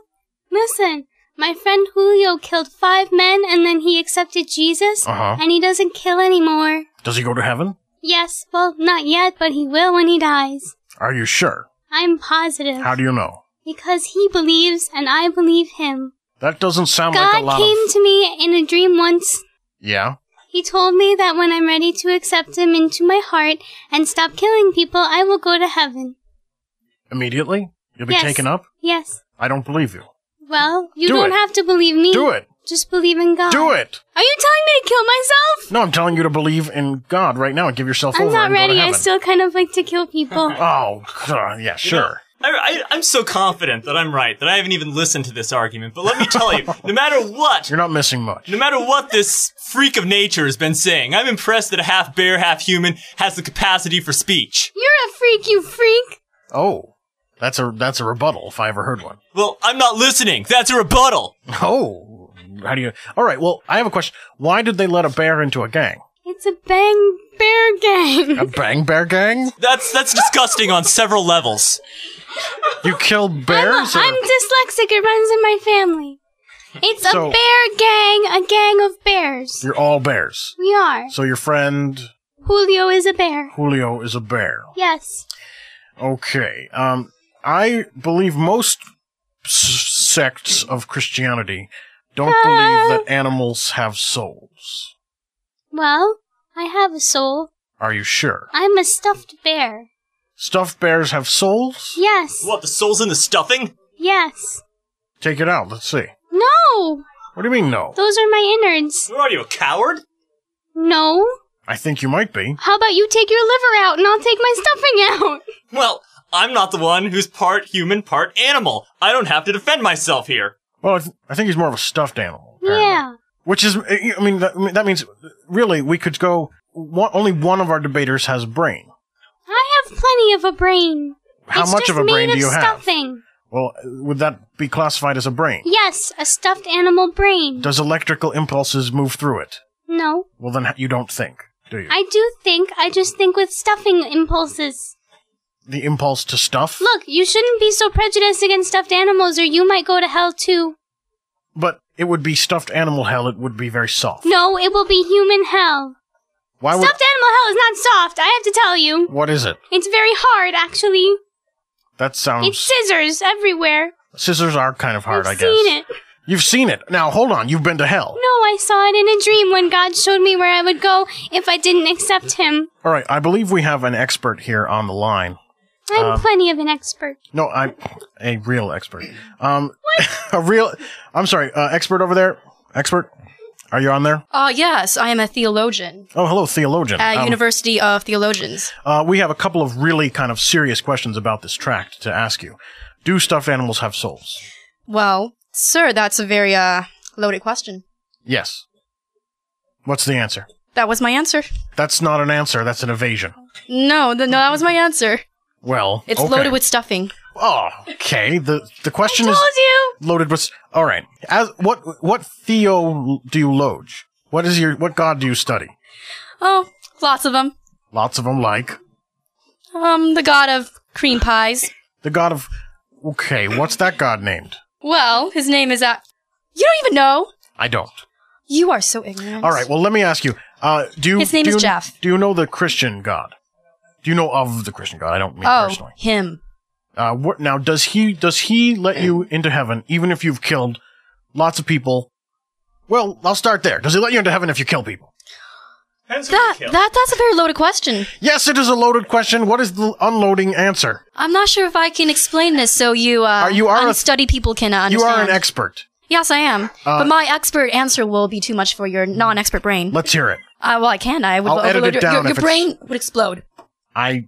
[SPEAKER 21] Listen, my friend Julio killed five men and then he accepted Jesus
[SPEAKER 20] Uh-huh.
[SPEAKER 21] and he doesn't kill anymore.
[SPEAKER 20] Does he go to heaven?
[SPEAKER 21] Yes, well, not yet, but he will when he dies.
[SPEAKER 20] Are you sure?
[SPEAKER 21] I'm positive.
[SPEAKER 20] How do you know?
[SPEAKER 21] Because he believes and I believe him.
[SPEAKER 20] That doesn't sound like
[SPEAKER 21] God
[SPEAKER 20] a lot
[SPEAKER 21] came
[SPEAKER 20] of.
[SPEAKER 21] to me in a dream once.
[SPEAKER 20] Yeah?
[SPEAKER 21] He told me that when I'm ready to accept him into my heart and stop killing people, I will go to heaven.
[SPEAKER 20] Immediately? You'll be
[SPEAKER 21] Yes.
[SPEAKER 20] taken up?
[SPEAKER 21] Yes.
[SPEAKER 20] I don't believe you.
[SPEAKER 21] Well, you
[SPEAKER 20] Do
[SPEAKER 21] not
[SPEAKER 20] it.
[SPEAKER 21] have to believe me.
[SPEAKER 20] Do it.
[SPEAKER 21] Just believe in God.
[SPEAKER 20] Do it!
[SPEAKER 21] Are you telling me to kill myself?
[SPEAKER 20] No, I'm telling you to believe in God right now and give yourself
[SPEAKER 21] I'm
[SPEAKER 20] over
[SPEAKER 21] not
[SPEAKER 20] and go to
[SPEAKER 21] ready. I
[SPEAKER 20] heaven.
[SPEAKER 21] still kind of like to kill people.
[SPEAKER 20] Oh, God, yeah, sure.
[SPEAKER 19] I, I, I'm so confident that I'm right that I haven't even listened to this argument. But let me tell you, no matter what,
[SPEAKER 20] you're not missing much.
[SPEAKER 19] No matter what this freak of nature has been saying, I'm impressed that a half bear, half human has the capacity for speech.
[SPEAKER 21] You're a freak, you freak.
[SPEAKER 20] Oh, that's a that's a rebuttal if I ever heard one.
[SPEAKER 19] Well, I'm not listening. That's a rebuttal.
[SPEAKER 20] Oh, how do you? All right. Well, I have a question. Why did they let a bear into a gang?
[SPEAKER 21] It's a bang bear gang.
[SPEAKER 20] A bang bear gang?
[SPEAKER 19] That's that's disgusting on several levels.
[SPEAKER 20] You killed bears? or-
[SPEAKER 21] I'm dyslexic. It runs in my family. It's
[SPEAKER 20] So-
[SPEAKER 21] a bear gang, a gang of bears.
[SPEAKER 20] You're all bears.
[SPEAKER 21] We are.
[SPEAKER 20] So your friend
[SPEAKER 21] Julio is a bear.
[SPEAKER 20] Julio is a bear.
[SPEAKER 21] Yes.
[SPEAKER 20] Okay. Um, I believe most s- sects of Christianity don't believe that animals have souls.
[SPEAKER 21] Well, I have a soul.
[SPEAKER 20] Are you sure?
[SPEAKER 21] I'm a stuffed bear.
[SPEAKER 20] Stuffed bears have souls?
[SPEAKER 21] Yes.
[SPEAKER 19] What, the soul's in the stuffing?
[SPEAKER 21] Yes.
[SPEAKER 20] Take it out. Let's see.
[SPEAKER 21] No.
[SPEAKER 20] What do you mean no?
[SPEAKER 21] Those are my innards.
[SPEAKER 19] What are you, a coward?
[SPEAKER 21] No.
[SPEAKER 20] I think you might be.
[SPEAKER 21] How about you take your liver out and I'll take my stuffing out?
[SPEAKER 19] Well, I'm not the one who's part human, part animal. I don't have to defend myself here.
[SPEAKER 20] Well, I, th- I think he's more of a stuffed animal,
[SPEAKER 21] Yeah.
[SPEAKER 20] which is, eh, I I mean, that, I mean, that means really we could go. One, only one of our debaters has a brain.
[SPEAKER 21] I have plenty of a brain.
[SPEAKER 20] How
[SPEAKER 21] It's
[SPEAKER 20] much
[SPEAKER 21] just
[SPEAKER 20] of a brain
[SPEAKER 21] made
[SPEAKER 20] do you
[SPEAKER 21] of
[SPEAKER 20] have?
[SPEAKER 21] stuffing.
[SPEAKER 20] Well, would that be classified as a brain?
[SPEAKER 21] Yes, a stuffed animal brain.
[SPEAKER 20] Does electrical impulses move through it?
[SPEAKER 21] No.
[SPEAKER 20] Well, then you don't think, do you?
[SPEAKER 21] I do think, I just think with stuffing impulses.
[SPEAKER 20] the impulse to stuff.
[SPEAKER 21] Look, you shouldn't be so prejudiced against stuffed animals or you might go to hell too.
[SPEAKER 20] But it would be stuffed animal hell. It would be very soft.
[SPEAKER 21] No, it will be human hell.
[SPEAKER 20] Why would?
[SPEAKER 21] Stuffed animal hell is not soft, I have to tell you.
[SPEAKER 20] What is it?
[SPEAKER 21] It's very hard, actually.
[SPEAKER 20] That sounds.
[SPEAKER 21] It's scissors everywhere.
[SPEAKER 20] scissors are kind of hard, Um, i guess.
[SPEAKER 21] Seen it.
[SPEAKER 20] You've seen it. Now hold on. You've been to hell.
[SPEAKER 21] No, I saw it in a dream when God showed me where I would go if I didn't accept Him.
[SPEAKER 20] All right, I believe we have an expert here on the line.
[SPEAKER 21] I'm
[SPEAKER 20] Uh,
[SPEAKER 21] plenty of an expert.
[SPEAKER 20] No, I'm a real expert. Um, a real. I'm sorry, uh, expert over there. Expert, are you on there?
[SPEAKER 17] Uh, yes, I am a theologian
[SPEAKER 20] Oh, hello, theologian.
[SPEAKER 21] Uh,
[SPEAKER 17] at
[SPEAKER 20] Um,
[SPEAKER 17] University of Theologians.
[SPEAKER 20] uh, we have a couple of really kind of serious questions about this tract to ask you. Do stuffed animals have souls?
[SPEAKER 17] Well, sir, that's a very uh, loaded question.
[SPEAKER 20] Yes. What's the answer?
[SPEAKER 17] That was my answer.
[SPEAKER 20] That's not an answer. That's an evasion.
[SPEAKER 17] No, th- no, that was my answer.
[SPEAKER 20] Well,
[SPEAKER 17] It's
[SPEAKER 20] okay.
[SPEAKER 17] loaded with stuffing.
[SPEAKER 20] Oh, okay. the The question is
[SPEAKER 17] you.
[SPEAKER 20] loaded with. All right. As what what theo do you loge? What is your what god do you study?
[SPEAKER 17] Oh, lots of them.
[SPEAKER 20] Lots of them, like
[SPEAKER 17] Um, the god of cream pies.
[SPEAKER 20] the god of. Okay, what's that god named?
[SPEAKER 17] Well, his name is at. You don't even know.
[SPEAKER 20] I don't.
[SPEAKER 17] You are so ignorant.
[SPEAKER 20] All right. Well, let me ask you. Uh, do you,
[SPEAKER 17] His name
[SPEAKER 20] do
[SPEAKER 17] is
[SPEAKER 20] you-
[SPEAKER 17] Jeff.
[SPEAKER 20] Do you know the Christian God? Do you know of the Christian God? I don't mean
[SPEAKER 17] oh,
[SPEAKER 20] personally.
[SPEAKER 17] him.
[SPEAKER 20] Uh, what, now, does he does he let you into heaven even if you've killed lots of people? Well, I'll start there. Does he let you into heaven if you kill people?
[SPEAKER 17] That, that that's a very loaded question.
[SPEAKER 20] Yes, it is a loaded question. What is the unloading answer?
[SPEAKER 17] I'm not sure if I can explain this, so you uh,
[SPEAKER 20] you are a-
[SPEAKER 17] unstudied people can uh,
[SPEAKER 20] You
[SPEAKER 17] understand.
[SPEAKER 20] are an expert.
[SPEAKER 17] Yes, I am.
[SPEAKER 20] Uh,
[SPEAKER 17] but my expert answer will be too much for your non-expert brain.
[SPEAKER 20] Let's hear it.
[SPEAKER 17] Uh, well, I can. I would
[SPEAKER 20] I'll edit
[SPEAKER 17] overload
[SPEAKER 20] it
[SPEAKER 17] your, your-
[SPEAKER 20] down
[SPEAKER 17] your
[SPEAKER 20] if it's-
[SPEAKER 17] brain would explode.
[SPEAKER 20] I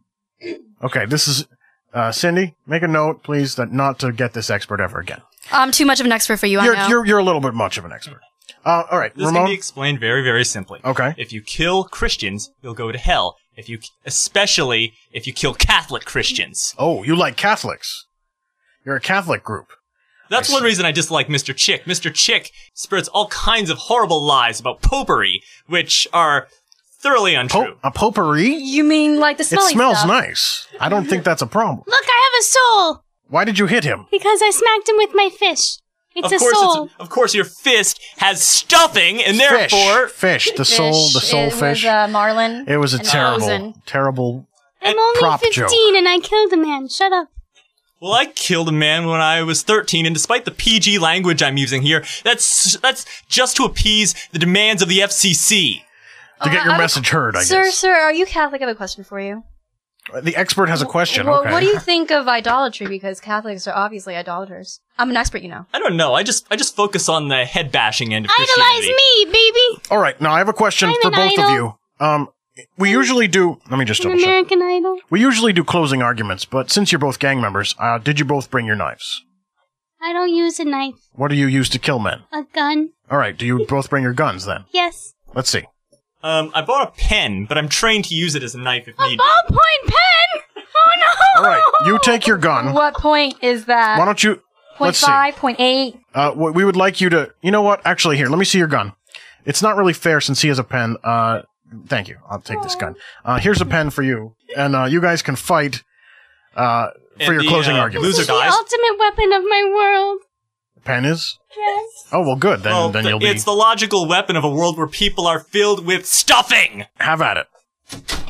[SPEAKER 20] okay. This is uh, Cindy. Make a note, please, that not to get this expert ever again.
[SPEAKER 17] I'm too much of an expert for you. I
[SPEAKER 20] You're
[SPEAKER 17] know.
[SPEAKER 20] you're, you're a little bit much of an expert. Uh, all right,
[SPEAKER 19] This
[SPEAKER 20] Ramon.
[SPEAKER 19] can be explained very, very simply.
[SPEAKER 20] Okay.
[SPEAKER 19] If you kill Christians, you'll go to hell. If you, especially if you kill Catholic Christians.
[SPEAKER 20] Oh, you like Catholics? You're a Catholic group.
[SPEAKER 19] That's one reason I dislike Mr. Chick. Mr. Chick spreads all kinds of horrible lies about popery, which are thoroughly untrue.
[SPEAKER 20] A potpourri?
[SPEAKER 17] You mean like the
[SPEAKER 20] It
[SPEAKER 17] smelly
[SPEAKER 20] smells
[SPEAKER 17] stuff?
[SPEAKER 20] nice. I don't think that's a problem.
[SPEAKER 21] Look, I have a soul
[SPEAKER 20] Why did you hit him?
[SPEAKER 21] because I smacked him with my fish. It's
[SPEAKER 19] of
[SPEAKER 21] a
[SPEAKER 19] course,
[SPEAKER 21] soul.
[SPEAKER 19] It's, of course, your fist has stuffing, and therefore
[SPEAKER 20] fish, the soul, the soul fish.
[SPEAKER 17] uh,
[SPEAKER 21] marlin.
[SPEAKER 20] it was a
[SPEAKER 21] and
[SPEAKER 20] terrible,
[SPEAKER 21] frozen.
[SPEAKER 20] terrible.
[SPEAKER 21] I'm only
[SPEAKER 20] prop
[SPEAKER 21] 15
[SPEAKER 20] joke.
[SPEAKER 21] and I killed a man. Shut up.
[SPEAKER 19] Well, I killed a man when I was 13, and despite the PG language I'm using here, that's that's just to appease the demands of the FCC.
[SPEAKER 20] To get your message heard, Uh, I
[SPEAKER 17] Uh, Sir,
[SPEAKER 20] guess.
[SPEAKER 17] sir, are you Catholic? I have a question for you.
[SPEAKER 20] The expert has a question.
[SPEAKER 17] Well,
[SPEAKER 20] okay.
[SPEAKER 17] what do you think of idolatry? Because Catholics are obviously idolaters. I'm an expert, you know.
[SPEAKER 19] I don't know. I just I just focus on the head bashing end of
[SPEAKER 21] Idolize
[SPEAKER 19] Christianity.
[SPEAKER 21] me, baby.
[SPEAKER 20] All right, now I have a question
[SPEAKER 21] I'm
[SPEAKER 20] for
[SPEAKER 21] an
[SPEAKER 20] both of
[SPEAKER 21] idol.
[SPEAKER 20] you. Um, we usually do. Let me just
[SPEAKER 21] An
[SPEAKER 20] double check.
[SPEAKER 21] American Idol.
[SPEAKER 20] We usually do closing arguments, but since you're both gang members, uh, did you both bring your knives?
[SPEAKER 21] I don't use a knife.
[SPEAKER 20] What do you use to kill men?
[SPEAKER 21] A gun.
[SPEAKER 20] All right, do you both bring your guns then?
[SPEAKER 21] Yes.
[SPEAKER 20] Let's see.
[SPEAKER 19] Um, I bought a pen, but I'm trained to use it as a knife if need.
[SPEAKER 21] Ballpoint pen. Oh no.
[SPEAKER 20] All right, you take your gun.
[SPEAKER 17] What point is that?
[SPEAKER 20] Why don't you?
[SPEAKER 17] Point
[SPEAKER 20] let's see.
[SPEAKER 17] five, point eight.
[SPEAKER 20] Uh, wh- we would like you to. You know what? Actually, here, let me see your gun. It's not really fair since he has a pen. Uh, thank you. I'll take this gun. Uh, here's a pen for you, and uh, you guys can fight uh, for
[SPEAKER 19] And
[SPEAKER 20] your
[SPEAKER 19] the,
[SPEAKER 20] closing
[SPEAKER 19] uh,
[SPEAKER 20] argument.
[SPEAKER 19] loser
[SPEAKER 21] This is the
[SPEAKER 19] dies.
[SPEAKER 21] ultimate weapon of my world.
[SPEAKER 20] Pen is.
[SPEAKER 21] Yes.
[SPEAKER 20] Oh well, good. Then
[SPEAKER 19] Well,
[SPEAKER 20] then
[SPEAKER 19] th-
[SPEAKER 20] you'll be.
[SPEAKER 19] It's the logical weapon of a world where people are filled with stuffing.
[SPEAKER 20] Have at it.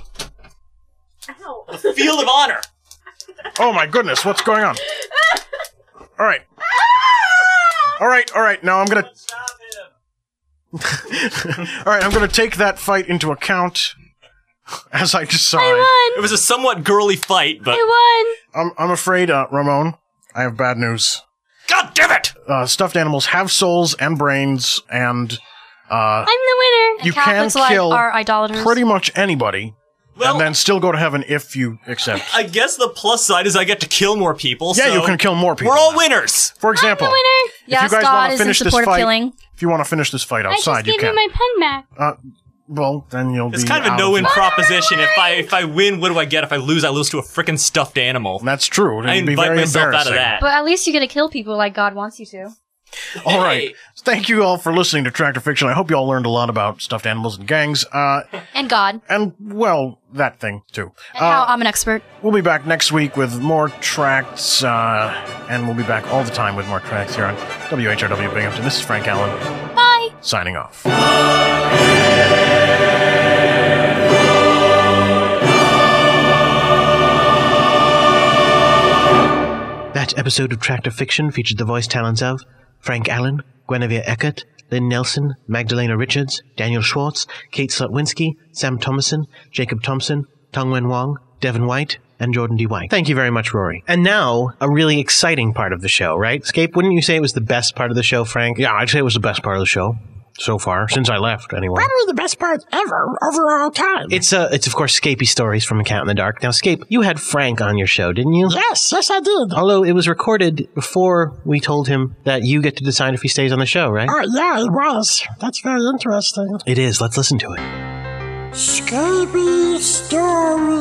[SPEAKER 19] The field of honor.
[SPEAKER 20] Oh my goodness, what's going on? All right. All right. All right. Now I'm gonna. all right. I'm gonna take that fight into account as I decide.
[SPEAKER 19] It was a somewhat girly fight, but
[SPEAKER 21] I
[SPEAKER 20] I'm, I'm afraid, uh, Ramon, I have bad news.
[SPEAKER 19] God damn it!
[SPEAKER 20] Uh, stuffed animals have souls and brains, and uh,
[SPEAKER 21] won. I'm the winner.
[SPEAKER 20] you
[SPEAKER 17] Catholics
[SPEAKER 20] can
[SPEAKER 17] like
[SPEAKER 20] kill
[SPEAKER 17] are idolaters.
[SPEAKER 20] pretty much anybody,
[SPEAKER 19] Well-
[SPEAKER 20] and then still go to heaven if you accept.
[SPEAKER 19] I guess the plus side is I get to kill more people.
[SPEAKER 20] yeah,
[SPEAKER 19] so
[SPEAKER 20] you can kill more people.
[SPEAKER 19] We're all winners.
[SPEAKER 20] For example, if
[SPEAKER 17] Yes,
[SPEAKER 20] you guys
[SPEAKER 17] God
[SPEAKER 20] want to
[SPEAKER 17] is in
[SPEAKER 20] finish this
[SPEAKER 17] support of
[SPEAKER 20] fight,
[SPEAKER 17] killing.
[SPEAKER 20] if you want to finish this fight
[SPEAKER 21] I just
[SPEAKER 20] outside, you
[SPEAKER 21] gave you
[SPEAKER 20] can.
[SPEAKER 21] my pen back.
[SPEAKER 20] uh, well, then you'll
[SPEAKER 19] It's
[SPEAKER 20] be
[SPEAKER 19] kind of a
[SPEAKER 20] out
[SPEAKER 19] no-win
[SPEAKER 20] luck.
[SPEAKER 19] proposition. If I if I win, what do I get? If I lose, I lose to a freaking stuffed animal.
[SPEAKER 20] That's true. It'd
[SPEAKER 19] I
[SPEAKER 20] be
[SPEAKER 19] invite
[SPEAKER 20] very
[SPEAKER 19] myself out of
[SPEAKER 20] embarrassing.
[SPEAKER 19] that.
[SPEAKER 17] But at least you get to kill people like God wants you to.
[SPEAKER 20] All right. Thank you all for listening to Tractor Fiction. I hope you all learned a lot about stuffed animals and gangs. Uh,
[SPEAKER 17] And God.
[SPEAKER 20] and well, that thing too. Uh,
[SPEAKER 17] And how I'm an expert.
[SPEAKER 20] We'll be back next week with more tracts, uh, and we'll be back all the time with more tracts here on WHRW Binghamton. This is Frank Allen
[SPEAKER 21] Bye.
[SPEAKER 20] signing off.
[SPEAKER 1] That episode of Tractor Fiction featured the voice talents of Frank Allen, Guinevere Eckert, Lynn Nelson, Magdalena Richards, Daniel Schwartz, Kate Slotwinski, Sam Thomason, Jacob Thompson, Tongwen Wong, Devin White, and Jordan D. White. Thank you very much, Rory. And now, a really exciting part of the show, right? Scape, wouldn't you say it was the best part of the show, Frank?
[SPEAKER 3] Yeah, I'd say it was the best part of the show. so far since I left, anyway.
[SPEAKER 2] Probably the best part ever over all time.
[SPEAKER 1] It's uh, it's of course Scapy stories from A Cat in the Dark. Now, Scape, you had Frank on your show, didn't you?
[SPEAKER 2] Yes, yes, I did.
[SPEAKER 1] Although it was recorded before we told him that you get to decide if he stays on the show, right?
[SPEAKER 2] Oh, yeah, it was. That's very interesting.
[SPEAKER 1] It is. Let's listen to it
[SPEAKER 2] Scabby stories.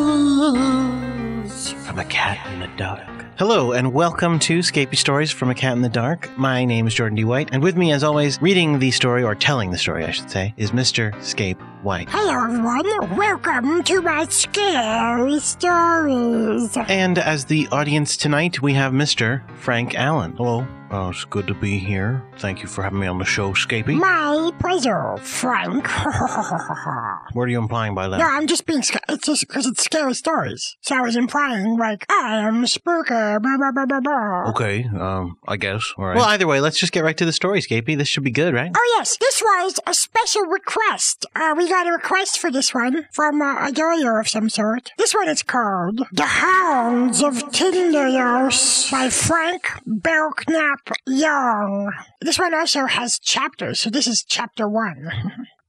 [SPEAKER 1] from A Cat in the Dark. Hello and welcome to Scapy Stories from A Cat in the Dark. My name is Jordan D. White, and with me, as always, reading the story or telling the story, I should say, is Mr. Scape White.
[SPEAKER 2] Hello, everyone. Welcome to my scary stories.
[SPEAKER 1] And as the audience tonight, we have Mr. Frank Allen. Hello.
[SPEAKER 3] Uh, it's good to be here. Thank you for having me on the show, Scapy.
[SPEAKER 2] My pleasure, Frank.
[SPEAKER 3] What are you implying by that?
[SPEAKER 2] No, I'm just being scared. It's just because it's scary stories. So I was implying, like, I am spooker, blah, blah, blah, blah, blah.
[SPEAKER 3] Okay, um, I guess. All right.
[SPEAKER 1] Well, either way, let's just get right to the story, Scapy. This should be good, right?
[SPEAKER 2] Oh, yes, this was a special request. Uh, we got a request for this one from uh, a lawyer of some sort. This one is called The Hounds of Tinderios by Frank Belknap Young. This one also has chapters, so this is chapter one.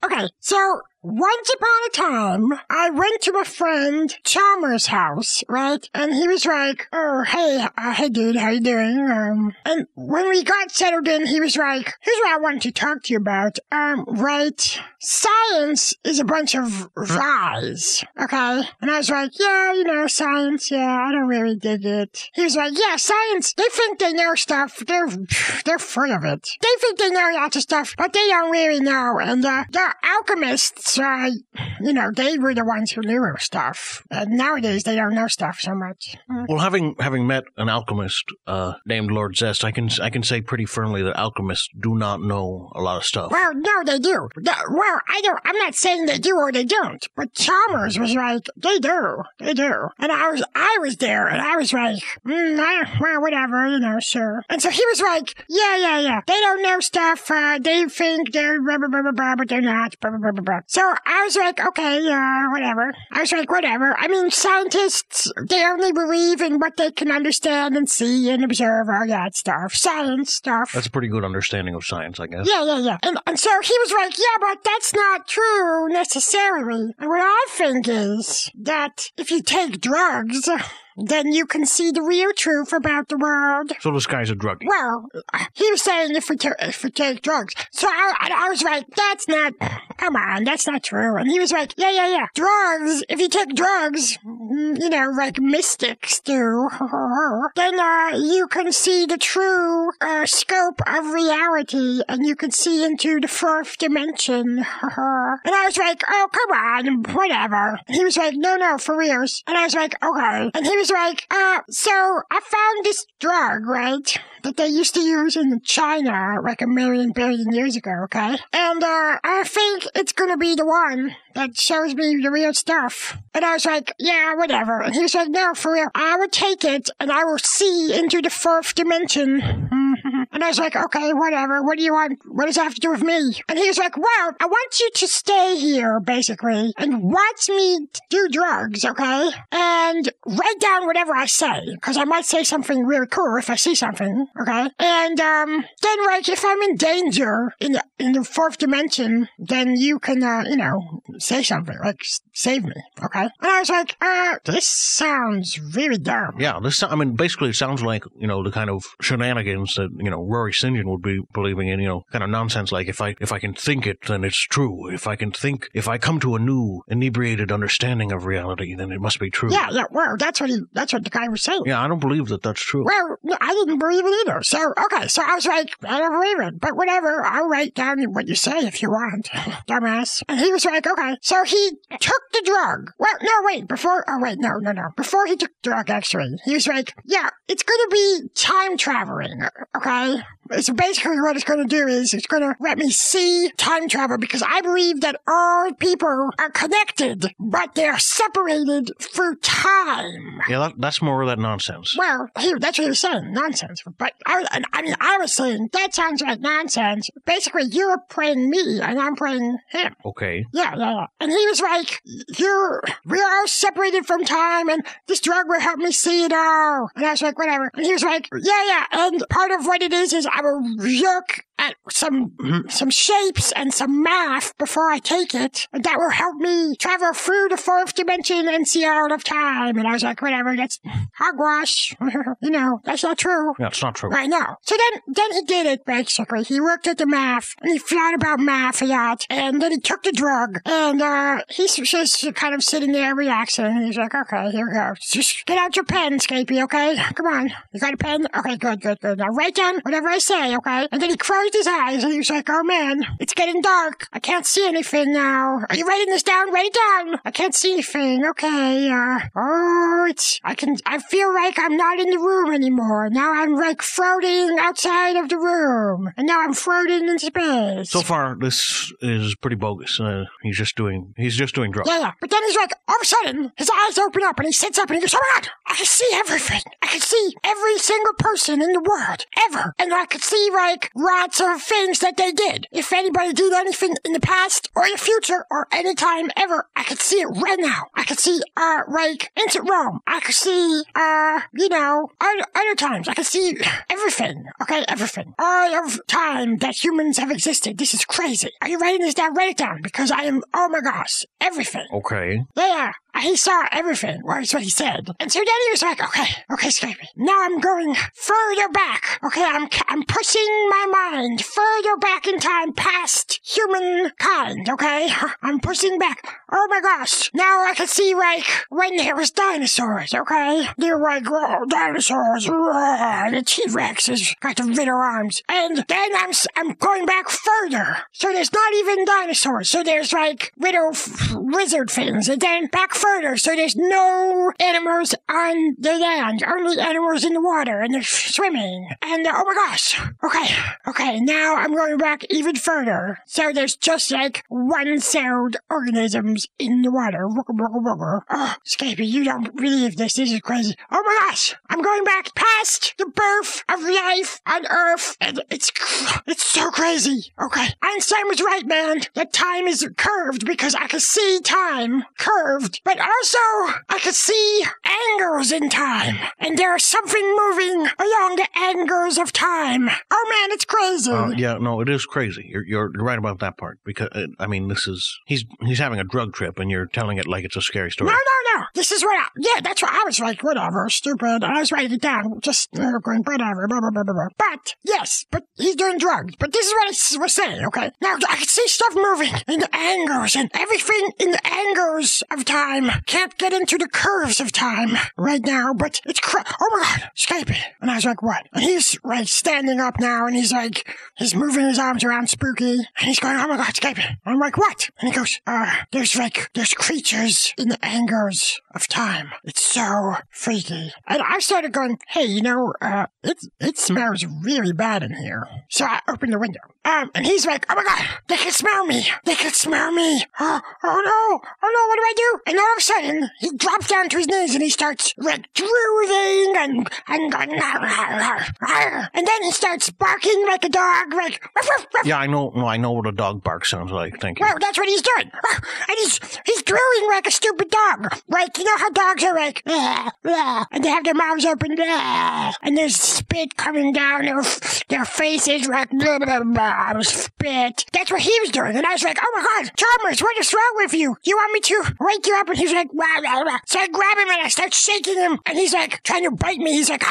[SPEAKER 2] okay, so once upon a time, I went to my friend Chalmers' house, right? And he was like, "Oh, hey, uh, hey, dude, how you doing?" Um, and when we got settled in, he was like, "Here's what I wanted to talk to you about. Um, right? Science is a bunch of
[SPEAKER 16] Mm.
[SPEAKER 2] lies, okay?" And I was like, "Yeah, you know, science. Yeah, I don't really dig it." He was like, "Yeah, science. They think they know stuff. They're they're full of it. They think they know lots of stuff, but they don't really know. And uh, the alchemists, uh, you know, they were the ones who knew stuff. And nowadays, they don't know stuff so much. Mm.
[SPEAKER 3] Well, having having met an alchemist uh, named Lord Zest, I can I can say pretty firmly that alchemists do not know a lot of stuff.
[SPEAKER 2] Well, no, they do. The- well, I don't. I'm not saying they do or they don't, but Chalmers was like, they do, they do. And I was, I was there, and I was like, mm, I, well, whatever, you know, sure. And so he was like, yeah, yeah, yeah. They don't know stuff. Uh, they think they're blah blah blah blah, blah but they're not. Blah, blah, blah, blah, blah. So I was like, okay, uh, whatever. I was like, whatever. I mean, scientists, they only believe in what they can understand and see and observe, all that stuff, science stuff.
[SPEAKER 3] That's a pretty good understanding of science, I guess.
[SPEAKER 2] Yeah, yeah, yeah. And, and so he was like, yeah, but that's not true necessarily. And what I think is that if you take drugs, then you can see the real truth about the world.
[SPEAKER 3] So this guy's a druggie.
[SPEAKER 2] Well, he was saying if we, ta- if we take drugs. So I, I, I was like, that's not, come on, that's not true. And he was like, yeah, yeah, yeah. Drugs, if you take drugs, mm, you know, like mystics do, then uh, you can see the true uh, scope of reality and you can see into the fourth dimension. and I was like, oh, come on, whatever. And he was like, no, no, for reals. And I was like, okay. And he was like, uh, so I found this drug, right? That they used to use in China like a million billion years ago, okay? And uh, I think it's gonna be the one that shows me the real stuff. And I was like, yeah, whatever. And he was like, no, for real. I will take it and I will see into the fourth dimension. Mm-hmm. And I was like, okay, whatever. What do you want? What does that have to do with me? And he was like, well, I want you to stay here, basically, and watch me do drugs, okay? And write down whatever I say, because I might say something really cool if I see something, okay? And, um, then, like, if I'm in danger in the, in the fourth dimension, then you can, uh, you know, say something, like, s- save me, okay? And I was like, uh, this sounds really dumb.
[SPEAKER 3] Yeah, this sou- I mean, basically, it sounds like you know the kind of shenanigans that you know Rory St. John would be believing in. You know, kind of nonsense like if I if I can think it, then it's true. If I can think, if I come to a new inebriated understanding of reality, then it must be true.
[SPEAKER 2] Yeah, yeah, well, that's what he, that's what the guy was saying.
[SPEAKER 3] Yeah, I don't believe that that's true.
[SPEAKER 2] Well, no, I didn't believe it either. So, okay, so I was like, I don't believe it, but whatever, I'll write down what you say if you want, dumbass. And he was like, okay. So he took the drug. Well, no, wait, before, oh, wait, no, no, no. Before he took the drug, actually, he was like, yeah, it's going to be time traveling, okay? So basically, what it's going to do is it's going to let me see time travel because I believe that all people are connected, but they are separated through time.
[SPEAKER 3] Yeah, that, that's more of that nonsense.
[SPEAKER 2] Well, he, that's what he was saying, nonsense. But I, and I mean, I was saying that sounds like nonsense. Basically, you're playing me and I'm playing him.
[SPEAKER 3] Okay.
[SPEAKER 2] Yeah, yeah, yeah. And he was like, "You're we're all separated from time, and this drug will help me see it all." And I was like, "Whatever." And he was like, "Yeah, yeah." And part of what it is is I will look at some some shapes and some math before I take it that will help me travel through the fourth dimension and see out of time. And I was like, whatever, that's hogwash. you know, that's not true.
[SPEAKER 20] That's not true.
[SPEAKER 2] I know. So then, then he did it basically. He worked at the math and he thought about math a lot, and then he took the drug. And uh, he's just kind of sitting there relaxing. And he's like, "Okay, here we go. Just get out your pen, Scapy. Okay, come on. You got a pen? Okay, good, good, good. Now write down whatever I say. Okay." And then he closed his eyes and he was like, "Oh man, it's getting dark. I can't see anything now. Are you writing this down? Write it down. I can't see anything. Okay. Uh, oh, it's. I can. I feel like I'm not in the room anymore. Now I'm like floating outside of the room, and now I'm floating in space."
[SPEAKER 3] So far, this is pretty bogus. Uh, he's just doing he's just doing drugs.
[SPEAKER 2] Yeah, yeah. But then he's like, all of a sudden, his eyes open up and he sits up and he goes, Oh my god, I can see everything. I can see every single person in the world, ever. And I could see like lots of things that they did. If anybody did anything in the past or the future or any time ever, I could see it right now. I could see uh like ancient Rome. I could see uh you know other, other times. I could see everything. Okay, everything. All of time that humans have existed. This is crazy. Are you writing this down? Write it down because I am oh my gosh, everything.
[SPEAKER 3] Okay.
[SPEAKER 2] Yeah, he saw everything, was what he said. And so then he was like, okay, okay, Scrappy, now I'm going further back. Okay, I'm, I'm pushing my mind further back in time past humankind, okay? I'm pushing back. Oh my gosh, now I can see, like, when there was dinosaurs, okay? There were, like, oh, dinosaurs, Roar, the T-Rexes got the little arms. And then I'm, s- I'm going back further. So there's not even dinosaurs. So there's, like, little f- lizard things. And then back further. So there's no animals on the land, only animals in the water, and they're swimming. And uh, oh my gosh. Okay, okay, now I'm going back even further. So there's just like one celled organisms in the water. Oh, Scapy, you don't believe this. This is crazy. Oh my gosh. I'm going back past the birth of life on Earth. And it's, cr- it's so crazy. Okay. Einstein was right, man. That time is curved because I can see time curved, but also I can see angles in time. And there's something moving along the angles of time. Oh man, it's crazy.
[SPEAKER 1] Oh,
[SPEAKER 3] Uh, yeah, no, it is crazy. You're, you're you're right about that part because uh, I mean, this is he's he's having a drug trip, and you're telling it like it's a scary story.
[SPEAKER 2] No, no, no. This is what I, yeah, that's what I was like, whatever, stupid. I was writing it down, just uh, going, whatever, blah, blah, blah, blah, blah. But, yes, but he's doing drugs. But this is what I s- was saying, okay? Now, I can see stuff moving in the angles, and everything in the angles of time can't get into the curves of time right now, but it's cra- oh my god, Scapy. And I was like, what? And he's, like, standing up now, and he's like, he's moving his arms around spooky, and he's going, oh my god, Scapy. And I'm like, what? And he goes, uh, there's like, there's creatures in the angles of time. It's so freaky. And I started going, hey, you know, uh, it, it smells really bad in here. So I opened the window. Um, and he's like, oh my god, they can smell me. They can smell me. Oh, oh no. Oh no, what do I do? And all of a sudden, he drops down to his knees and he starts like drooling and, and going, "Arr, arr, arr." and then he starts barking like a dog, like, "Ruff, ruff, ruff."
[SPEAKER 3] Yeah, I know. No, I know what a dog bark sounds like. Thank you.
[SPEAKER 2] Well, that's what he's doing. And he's he's drooling like a stupid dog. Like, you know how dogs are like, "Bleh, bleh," and they have their mouths open, "Bleh," and there's spit coming down their, their faces like, blah, blah, blah, blah, spit. That's what he was doing. And I was like, oh my God, Chalmers, what is wrong with you? You want me to wake you up? And he's like, blah, blah, blah. So I grab him and I start shaking him. And he's like, trying to bite me. He's like,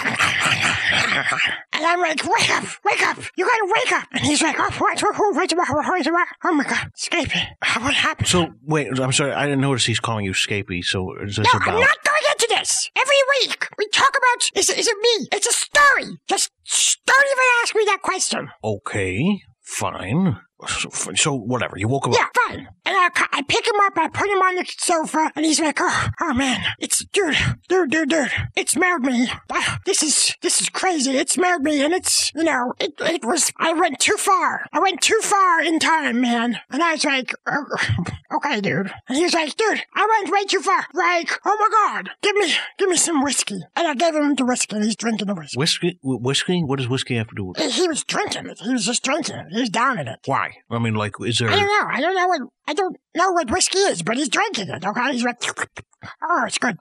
[SPEAKER 2] and I'm like, wake up, wake up. You gotta wake up. And he's like, oh, what, what, what, what, what, what, what? oh my God, Scapy, what happened?
[SPEAKER 3] So wait, I'm sorry. I didn't notice he's calling you Scapy. So is this
[SPEAKER 2] no,
[SPEAKER 3] about?
[SPEAKER 2] I'm not going into this. Every week we talk about is it, is it me? It's a story. Just shh, don't even ask me that question.
[SPEAKER 3] okay, fine. So, so whatever. You woke him
[SPEAKER 2] Yeah,
[SPEAKER 3] up.
[SPEAKER 2] fine. And I, ca- I pick him up, I put him on the sofa, and he's like, oh, oh man, it's dude, dude, dude, dude. It smelled me. Ah, This is this is crazy. It smelled me, and it's you know, it it was. I went too far. I went too far in time, man. And I was like, oh, okay, dude. And he was like, dude, I went way too far. Like, oh my god, give me give me some whiskey. And I gave him the whiskey, and he's drinking the whiskey.
[SPEAKER 3] Whiskey? wh- Whiskey? What does whiskey have to do with it?
[SPEAKER 2] He he was drinking it. He was just drinking it. He was down in it.
[SPEAKER 3] Why? I mean, like, is there?
[SPEAKER 2] I don't know. I don't know what I don't know what whiskey is, but he's drinking it. Okay, he's like, Oh, it's good.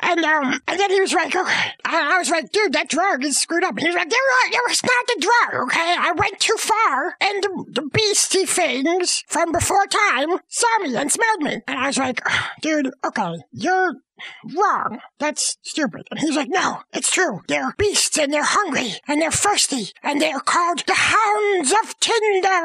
[SPEAKER 2] And um, and then he was like, okay. I, I was like, dude, that drug is screwed up. He was like, it was, it was not the drug, okay? I went too far, and the, the beastie things from before time saw me and smelled me. And I was like, dude, okay, you're wrong. That's stupid. And he's like, no, it's true. They're beasts and they're hungry and they're thirsty and they're called the hounds of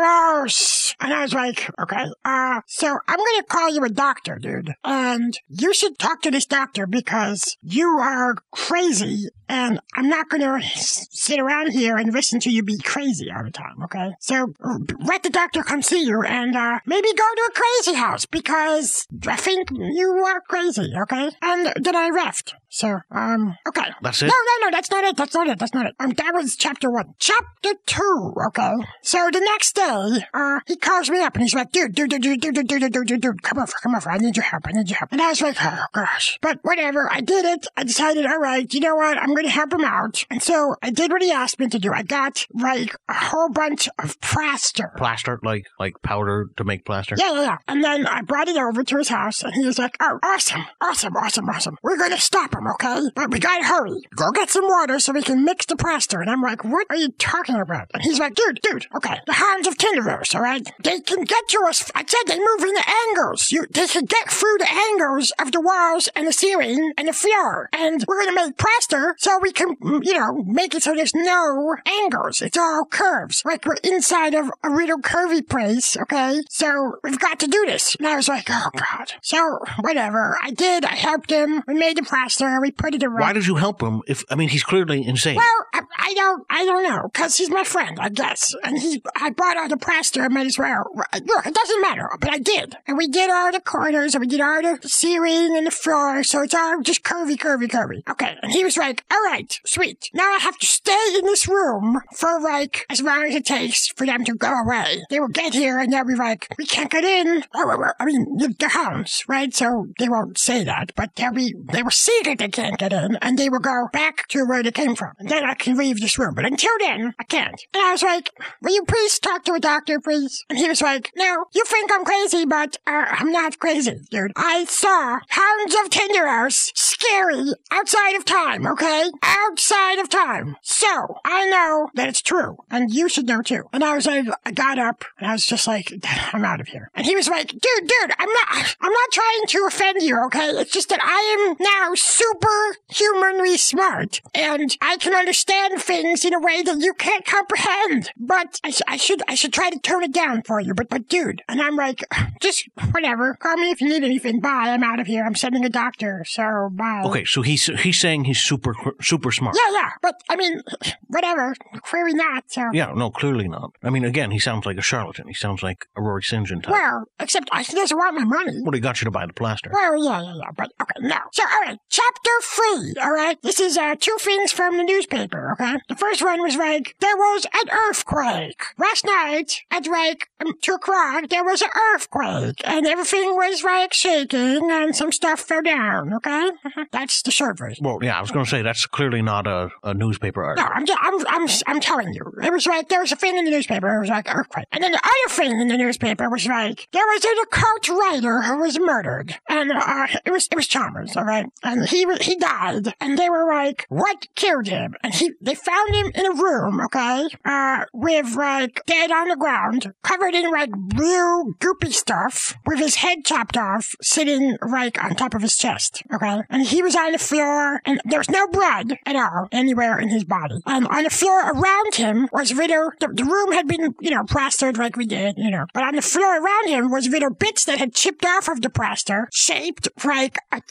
[SPEAKER 2] Tindaros. And I was like, okay, uh, so I'm going to call you a doctor, dude. And you should talk to this doctor because you are crazy and I'm not going to sit around here and listen to you be crazy all the time, okay? So uh, let the doctor come see you and uh, maybe go to a crazy house because I think you are crazy, okay? And then I left. So, um, okay.
[SPEAKER 3] That's it?
[SPEAKER 2] No, no, no, that's not it. That's not it. That's not it. Um, that was chapter one. Chapter two, okay? So the next day, uh, he calls me up and he's like, dude, dude, dude, dude, dude, dude, dude, dude, dude, dude, dude, come over, come over. I need your help. I need your help. And I was like, oh gosh. But whatever. I did it. I decided, all right, you know what? I'm going to help him out. And so I did what he asked me to do. I got like a whole bunch of plaster.
[SPEAKER 3] Plaster, like like powder to make plaster.
[SPEAKER 2] Yeah, yeah, yeah. And then I brought it over to his house, and he was like, "Oh, awesome, awesome, awesome, awesome. We're gonna stop him, okay? But we gotta hurry. Go get some water so we can mix the plaster." And I'm like, "What are you talking about?" And he's like, "Dude, dude, okay. The hounds of Tinderos, all right? They can get to us. I said they move in the angles. You, they can get through the angles of the walls and the ceiling and the floor. And we're gonna make plaster so we can, mm, you know, make it so there's no angles. It's all curves. Like we're inside of a little curvy place, okay? So we've got to do this. And I was like, oh god. So whatever. I did. I helped him. We made the plaster. We put it around.
[SPEAKER 3] Why did you help him? If I mean, he's clearly insane.
[SPEAKER 2] Well, I, I don't, I don't know, cause he's my friend, I guess. And he, I bought all the plaster. I might as well. Look, it doesn't matter, but I did. And we did all the corners, and we did all the ceiling and the floor, so it's all just curvy, curvy, curvy. Okay. And he was like, all right, sweet. Now I have to stay in this room for like as long as it takes for them to go away. They will get here, and they'll be like, we can't get in. Oh, well, well, I mean, the, the hounds, right? So they won't say that, but they'll be, they will see that they can't get in, and they will go back to where they came from. And then I can leave this room. But until then, I can't. And I was like, will you please talk to a doctor, please? And he was like, no, you think I'm crazy, but uh, I'm not crazy, dude. I saw hounds of Tinderos scary outside of time, okay? Outside of time. So I know that it's true, and you should know too. And I was like, I got up, and I was just like, I'm out of here. And he was like, dude, dude, I'm not, I'm not trying to offend you, okay? It's just that I am now superhumanly smart, and I can understand things in a way that you can't comprehend. But I, sh- I should, I should try to tone it down for you. But, but, dude, and I'm like, just whatever. Call me if you need anything. Bye. I'm out of here. I'm sending a doctor. So bye.
[SPEAKER 3] Okay, so he's he's saying he's super super smart.
[SPEAKER 2] Yeah, yeah, but I mean, whatever. Query not. So.
[SPEAKER 3] Yeah, no, clearly not. I mean, again, he sounds like a charlatan. He sounds like a Rory St. John type.
[SPEAKER 2] Well, except I, he doesn't want my money.
[SPEAKER 3] Well, he got you to buy the plaster.
[SPEAKER 2] Well, yeah, yeah, yeah. But okay, no. So, all right, chapter three. All right, this is uh, two things from the newspaper. Okay, the first one was like there was an earthquake last night at like um, two o'clock. There was an earthquake and everything was like shaking and some stuff fell down. Okay, that's the short version.
[SPEAKER 3] Well, yeah, I was going to say that's clearly not a, a newspaper
[SPEAKER 2] No,
[SPEAKER 3] article.
[SPEAKER 2] I'm, ju- I'm, I'm, I'm telling you. It was like, there was a thing in the newspaper. It was like, earthquake. And then the other thing in the newspaper was like, there was an occult writer who was murdered. And, uh, it was, it was Chalmers, all right? And he, wa- he died. And they were like, what killed him? And he, they found him in a room, okay? Uh, with like, dead on the ground, covered in like blue goopy stuff, with his head chopped off, sitting like on top of his chest, okay? And he was on the floor, and there was no blood at all anywhere in his body. And on the floor around him was little, the, the room had been, you know, plastered like we did, you know, but on the floor around him was little bits that had chipped off of the plaster, shaped like a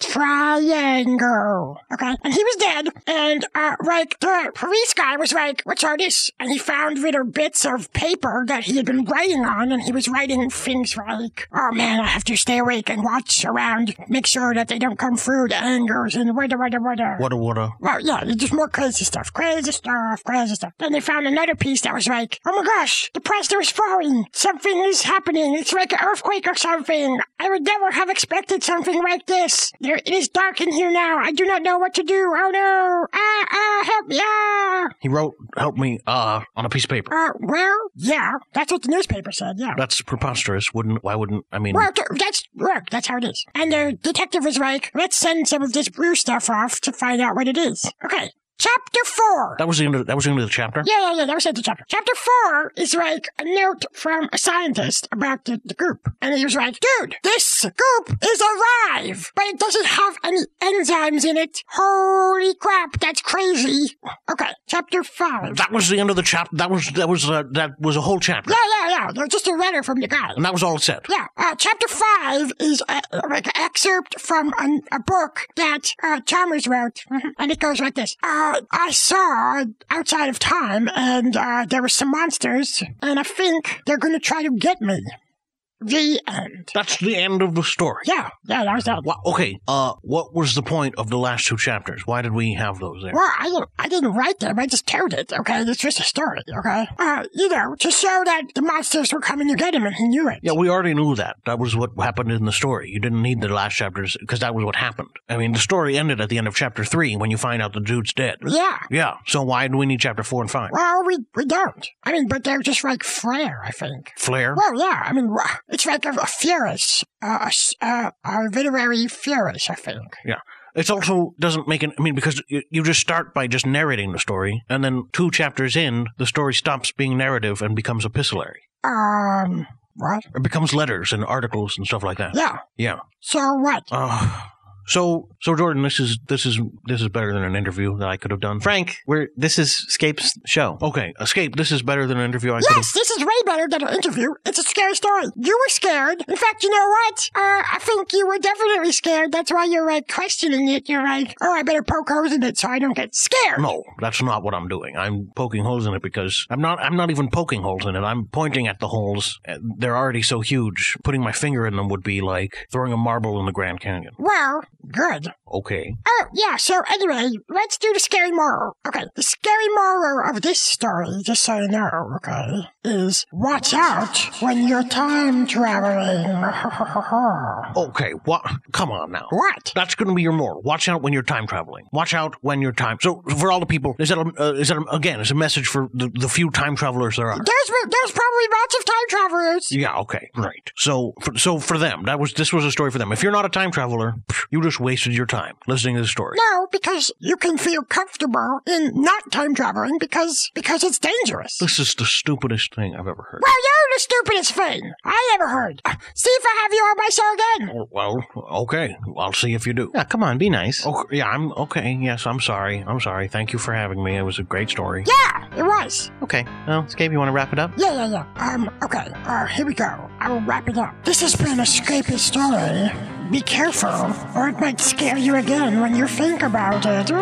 [SPEAKER 2] triangle, okay? And he was dead, and, uh, like, the police guy was like, what's all this? And he found little bits of paper that he had been writing on, and he was writing things like, oh man, I have to stay awake and watch around, make sure that they don't come through the angles, and whatever, whatever, whatever.
[SPEAKER 3] What a what a.
[SPEAKER 2] Well, yeah, it's just more crazy stuff. Crazy stuff, crazy stuff. Then they found another piece that was like, oh my gosh, the plaster is falling. Something is happening. It's like an earthquake or something. I would never have expected something like this. There, it is dark in here now. I do not know what to do. Oh no. Ah, ah, help me. Ah. Uh,
[SPEAKER 1] He wrote "Help me" uh, on a piece of paper.
[SPEAKER 2] uh, well, yeah, that's what the newspaper said, yeah.
[SPEAKER 1] That's preposterous. Wouldn't? Why wouldn't? I mean,
[SPEAKER 2] Well, th- that's look. That's how it is. And the detective was like, "Let's send some of this brew stuff off to find out what it is." Okay, chapter four.
[SPEAKER 1] that was the end. Of, that was the end of the chapter.
[SPEAKER 2] Yeah, yeah, yeah. That was the chapter. Chapter four is like a note from a scientist about the, the goop, and he was like, "Dude, this goop is alive, but it doesn't have any enzymes in it. Holy crap, that's crazy." Okay, chapter five.
[SPEAKER 1] That was the end of the chapter. That was that was uh, that was a whole chapter,
[SPEAKER 2] Yeah, yeah, yeah. There's just a letter from the guy.
[SPEAKER 1] and that was all it said.
[SPEAKER 2] Yeah, uh, chapter five is uh, like an excerpt from an, a book that uh, Chalmers wrote, and it goes like this: uh, I saw outside of time, and uh, there were some monsters, and I think they're going to try to get me. The end.
[SPEAKER 1] That's the end of the story.
[SPEAKER 2] Yeah, yeah, that was that.
[SPEAKER 1] Wha- okay. Uh, what was the point of the last two chapters? Why did we have those there?
[SPEAKER 2] Well, I didn't, I didn't write them. I just told it. Okay, it's just a story. Okay, uh, you know, to show that the monsters were coming to get him, and he knew it.
[SPEAKER 1] Yeah, we already knew that. That was what happened in the story. You didn't need the last chapters because that was what happened. I mean, the story ended at the end of chapter three when you find out the dude's dead.
[SPEAKER 2] Yeah.
[SPEAKER 1] Yeah. So why do we need chapter four and five?
[SPEAKER 2] Well, we, we don't. I mean, but they're just like flair, I think.
[SPEAKER 1] Flair.
[SPEAKER 2] Well, yeah. I mean, wha- it's like a, a furious, uh, a, s- uh, a literary furious, I think.
[SPEAKER 1] Yeah. It also doesn't make an. I mean, because you, you just start by just narrating the story, and then two chapters in, the story stops being narrative and becomes epistolary.
[SPEAKER 2] Um, what?
[SPEAKER 1] It becomes letters and articles and stuff like that.
[SPEAKER 2] Yeah.
[SPEAKER 1] Yeah.
[SPEAKER 2] So what?
[SPEAKER 1] Uh, so, so Jordan, this is this is this is better than an interview that I could have done. Frank, we're this is Scape's show. Okay, Escape. This is better than an interview I could have.
[SPEAKER 2] Yes, this is way better than an interview. It's a scary story. You were scared. In fact, you know what? Uh, I think you were definitely scared. That's why you're like questioning it. You're like, oh, I better poke holes in it so I don't get scared.
[SPEAKER 1] No, that's not what I'm doing. I'm poking holes in it because I'm not. I'm not even poking holes in it. I'm pointing at the holes. Uh, They're already so huge. Putting my finger in them would be like throwing a marble in the Grand Canyon.
[SPEAKER 2] Well, good.
[SPEAKER 1] Okay.
[SPEAKER 2] Oh, yeah, so anyway, let's do the scary moral. Okay, the scary moral of this story, just so you know, okay, is watch out when you're time traveling.
[SPEAKER 1] Okay, what? Come on now.
[SPEAKER 2] What?
[SPEAKER 1] That's going to be your moral. Watch out when you're time traveling. Watch out when you're time. So, for all the people, is that, a, uh, is that a, again, it's a message for the, the few time travelers there are.
[SPEAKER 2] there's, there's probably lots of time travelers.
[SPEAKER 1] Yeah, okay, right. So, for, so for them, that was this was a story for them. If you're not a time traveler, pff, you just wasted your time listening to the story.
[SPEAKER 2] No, because you can feel comfortable in not time traveling because because it's dangerous.
[SPEAKER 1] This is the stupidest thing I've ever heard.
[SPEAKER 2] Well, you're the stupidest thing I ever heard. Uh, See if I have you on my show again.
[SPEAKER 1] Oh, Well, okay. I'll see if you do. Yeah, come on, be nice. Okay, yeah, I'm okay. Yes, I'm sorry. I'm sorry. Thank you for having me. It was a great story.
[SPEAKER 2] Yeah, it was.
[SPEAKER 22] Okay. Well, Scape, you want to wrap it up?
[SPEAKER 2] Yeah, yeah, yeah. Um, okay. Uh, here we go. I will wrap it up. This has been a scrapy story. Be careful, or it might scare you again when you think about it.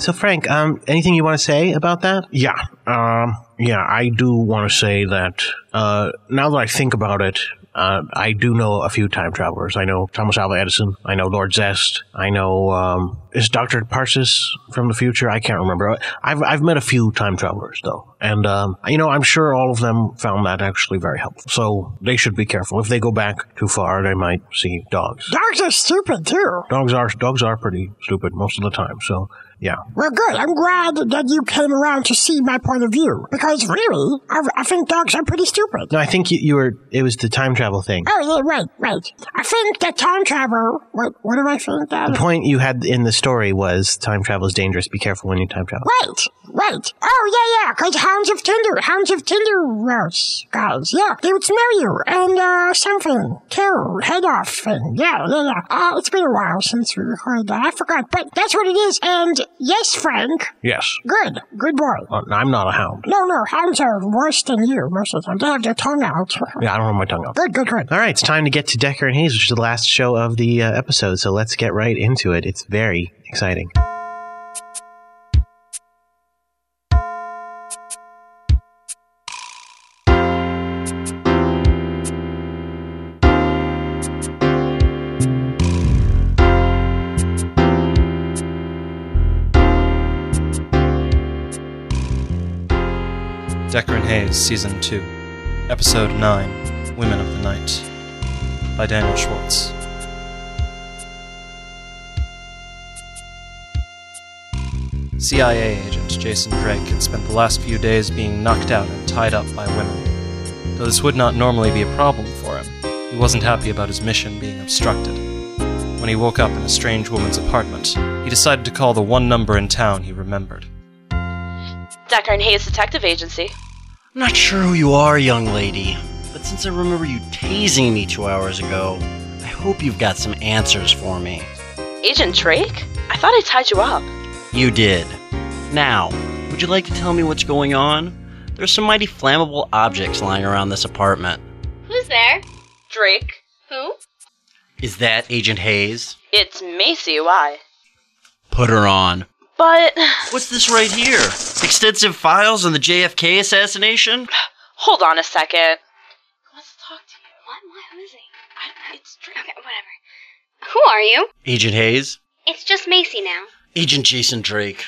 [SPEAKER 22] So, Frank, um, anything you want to say about that?
[SPEAKER 1] Yeah. Um, yeah, I do want to say that uh, now that I think about it, uh, I do know a few time travelers. I know Thomas Alva Edison. I know Lord Zest. I know um, is Doctor Parsis from the future. I can't remember. I've I've met a few time travelers though, and um, you know I'm sure all of them found that actually very helpful. So they should be careful. If they go back too far, they might see dogs.
[SPEAKER 2] Dogs are stupid too.
[SPEAKER 1] Dogs are dogs are pretty stupid most of the time. So yeah,
[SPEAKER 2] Well, good. I'm glad that you came around to see my point of view. Because really, I, I think dogs are pretty stupid.
[SPEAKER 22] No, I think you, you were. It was the time travel thing.
[SPEAKER 2] Oh, yeah, right, right. I think that time travel. What, what do I think that?
[SPEAKER 22] The point you had in the story was time travel is dangerous. Be careful when you time travel.
[SPEAKER 2] Right, right. Oh, yeah, yeah, because Hounds of Tinder, Hounds of Tinder roasts, guys, yeah. They would smell you and, uh, something. Kill, head off thing. Yeah, yeah, yeah. Uh, it's been a while since we recorded that. I forgot, but that's what it is. And yes, Frank,
[SPEAKER 1] yes.
[SPEAKER 2] good, good boy.
[SPEAKER 1] Uh, I'm not a hound.
[SPEAKER 2] No, no, hounds are worse than you most of the time. They have their tongue out.
[SPEAKER 1] Yeah, I don't have my tongue out.
[SPEAKER 2] Good, good, good.
[SPEAKER 22] All right, it's time to get to Decker and Hayes, which is the last show of the uh, episode. So let's get right into it. It's very exciting.
[SPEAKER 23] Decker and Hayes, Season 2, Episode 9 Women of the Night by Daniel Schwartz. CIA agent Jason Drake had spent the last few days being knocked out and tied up by women. Though this would not normally be a problem for him, he wasn't happy about his mission being obstructed. When he woke up in a strange woman's apartment, he decided to call the one number in town he remembered.
[SPEAKER 8] Dr. and Hayes Detective Agency.
[SPEAKER 24] I'm not sure who you are, young lady, but since I remember you tasing me two hours ago, I hope you've got some answers for me.
[SPEAKER 8] Agent Drake? I thought I tied you up.
[SPEAKER 24] You did. Now, would you like to tell me what's going on? There's some mighty flammable objects lying around this apartment.
[SPEAKER 8] Who's there? Drake. Who?
[SPEAKER 24] Is that Agent Hayes?
[SPEAKER 8] It's Macy. Why?
[SPEAKER 24] Put her on.
[SPEAKER 8] But.
[SPEAKER 24] What's this right here? Extensive files on the JFK assassination?
[SPEAKER 8] Hold on a second.
[SPEAKER 21] Who wants to talk to you? What? Why? Who is he? I don't know. It's Drake. Okay, whatever. Who are you?
[SPEAKER 24] Agent Hayes?
[SPEAKER 21] It's just Macy now.
[SPEAKER 24] Agent Jason Drake.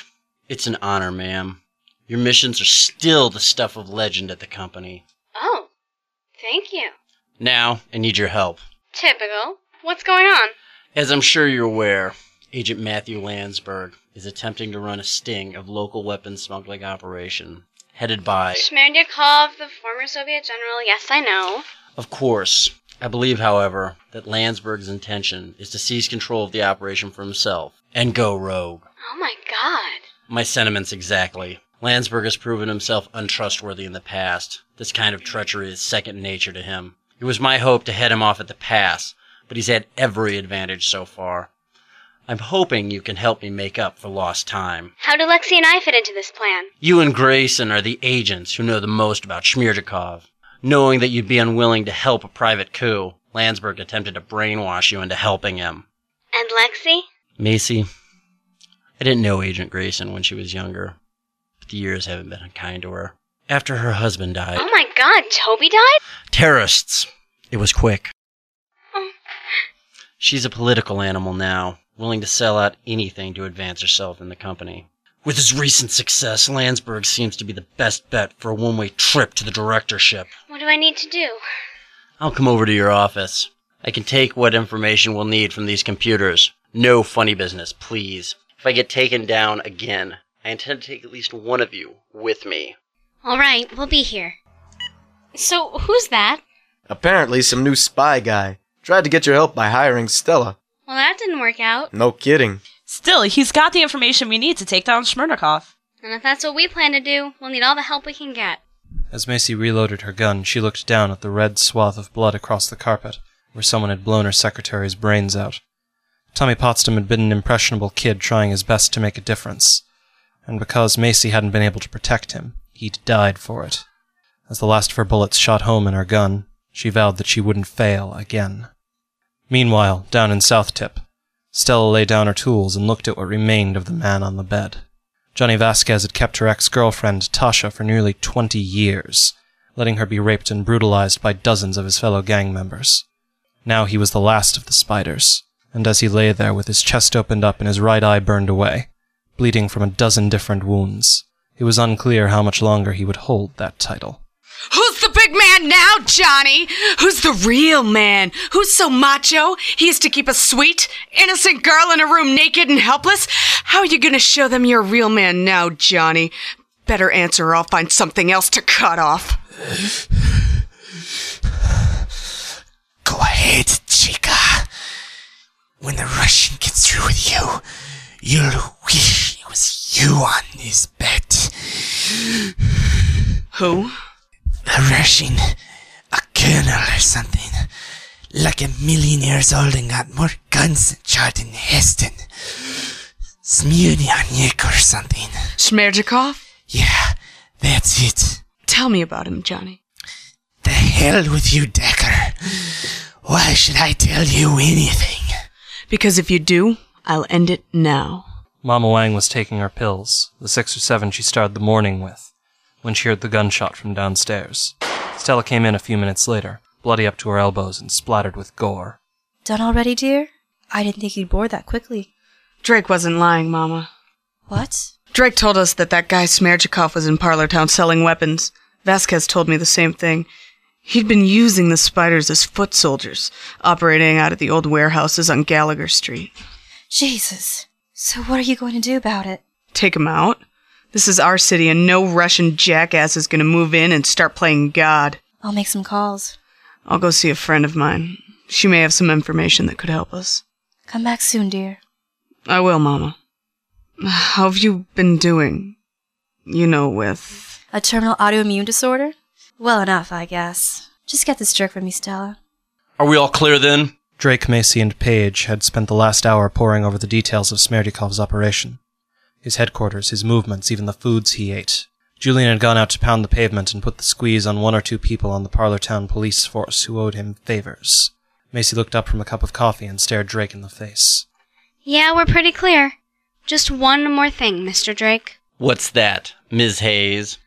[SPEAKER 24] It's an honor, ma'am. Your missions are still the stuff of legend at the company.
[SPEAKER 21] Oh, thank you.
[SPEAKER 24] Now, I need your help.
[SPEAKER 21] Typical. What's going on?
[SPEAKER 24] As I'm sure you're aware, Agent Matthew Landsberg is attempting to run a sting of local weapons smuggling operation, headed by.
[SPEAKER 21] Shmerdyakov, the former Soviet general. Yes, I know.
[SPEAKER 24] Of course. I believe, however, that Landsberg's intention is to seize control of the operation for himself and go rogue.
[SPEAKER 21] Oh my god.
[SPEAKER 24] My sentiments exactly. Landsberg has proven himself untrustworthy in the past. This kind of treachery is second nature to him. It was my hope to head him off at the pass, but he's had every advantage so far. I'm hoping you can help me make up for lost time.
[SPEAKER 21] How do Lexi and I fit into this plan?
[SPEAKER 24] You and Grayson are the agents who know the most about Shmyrdakov. Knowing that you'd be unwilling to help a private coup, Landsberg attempted to brainwash you into helping him.
[SPEAKER 21] And Lexi?
[SPEAKER 24] Macy, I didn't know Agent Grayson when she was younger, but the years haven't been unkind to her. After her husband died,
[SPEAKER 21] Oh my god, Toby died?
[SPEAKER 24] terrorists. It was quick.
[SPEAKER 21] Oh.
[SPEAKER 24] She's a political animal now, willing to sell out anything to advance herself in the company. With his recent success, Landsberg seems to be the best bet for a one way trip to the directorship.
[SPEAKER 21] What do I need to do?
[SPEAKER 24] I'll come over to your office. I can take what information we'll need from these computers. No funny business, please. If I get taken down again, I intend to take at least one of you with me.
[SPEAKER 21] Alright, we'll be here. So, who's that?
[SPEAKER 25] Apparently, some new spy guy tried to get your help by hiring Stella.
[SPEAKER 21] Well, that didn't work out.
[SPEAKER 25] No kidding.
[SPEAKER 15] Still, he's got the information we need to take down Smirnikov.
[SPEAKER 21] And if that's what we plan to do, we'll need all the help we can get.
[SPEAKER 23] As Macy reloaded her gun, she looked down at the red swath of blood across the carpet, where someone had blown her secretary's brains out. Tommy Potsdam had been an impressionable kid trying his best to make a difference, and because Macy hadn't been able to protect him, he'd died for it. As the last of her bullets shot home in her gun, she vowed that she wouldn't fail again. Meanwhile, down in South Tip, Stella lay down her tools and looked at what remained of the man on the bed. Johnny Vasquez had kept her ex girlfriend, Tasha, for nearly twenty years, letting her be raped and brutalized by dozens of his fellow gang members. Now he was the last of the spiders, and as he lay there with his chest opened up and his right eye burned away, bleeding from a dozen different wounds, it was unclear how much longer he would hold that title.
[SPEAKER 26] Who's the big man now, Johnny? Who's the real man? Who's so macho? He is to keep a sweet, innocent girl in a room naked and helpless? How are you going to show them you're a real man now, Johnny? Better answer or I'll find something else to cut off.
[SPEAKER 27] Go ahead, Chica. When the Russian gets through with you, you'll wish it was you on his bed.
[SPEAKER 26] Who?
[SPEAKER 27] A Russian, a colonel or something. Like a million years old and got more guns than Charlton Heston. Smirniak or something.
[SPEAKER 26] Smerdyakov?
[SPEAKER 27] Yeah, that's it.
[SPEAKER 26] Tell me about him, Johnny.
[SPEAKER 27] The hell with you, Decker. Why should I tell you anything?
[SPEAKER 26] Because if you do, I'll end it now.
[SPEAKER 23] Mama Wang was taking her pills, the six or seven she started the morning with, when she heard the gunshot from downstairs. Stella came in a few minutes later, bloody up to her elbows and splattered with gore.
[SPEAKER 17] Done already, dear? I didn't think you'd board that quickly.
[SPEAKER 26] Drake wasn't lying, Mama.
[SPEAKER 17] What?
[SPEAKER 26] Drake told us that that guy Smerdyakov was in Parlortown selling weapons. Vasquez told me the same thing. He'd been using the spiders as foot soldiers, operating out of the old warehouses on Gallagher Street.
[SPEAKER 17] Jesus. So what are you going to do about it?
[SPEAKER 26] take him out. This is our city, and no Russian jackass is going to move in and start playing God.
[SPEAKER 17] I'll make some calls.
[SPEAKER 26] I'll go see a friend of mine. She may have some information that could help us.
[SPEAKER 17] Come back soon, dear.
[SPEAKER 26] I will, Mama. How have you been doing? You know, with.
[SPEAKER 17] A terminal autoimmune disorder? Well enough, I guess. Just get this jerk from me, Stella.
[SPEAKER 24] Are we all clear then?
[SPEAKER 23] Drake, Macy, and Page had spent the last hour poring over the details of Smerdikov's operation his headquarters, his movements, even the foods he ate. Julian had gone out to pound the pavement and put the squeeze on one or two people on the Parlortown police force who owed him favors. Macy looked up from a cup of coffee and stared Drake in the face.
[SPEAKER 7] Yeah, we're pretty clear. Just one more thing, Mr. Drake.
[SPEAKER 24] What's that, Ms. Hayes?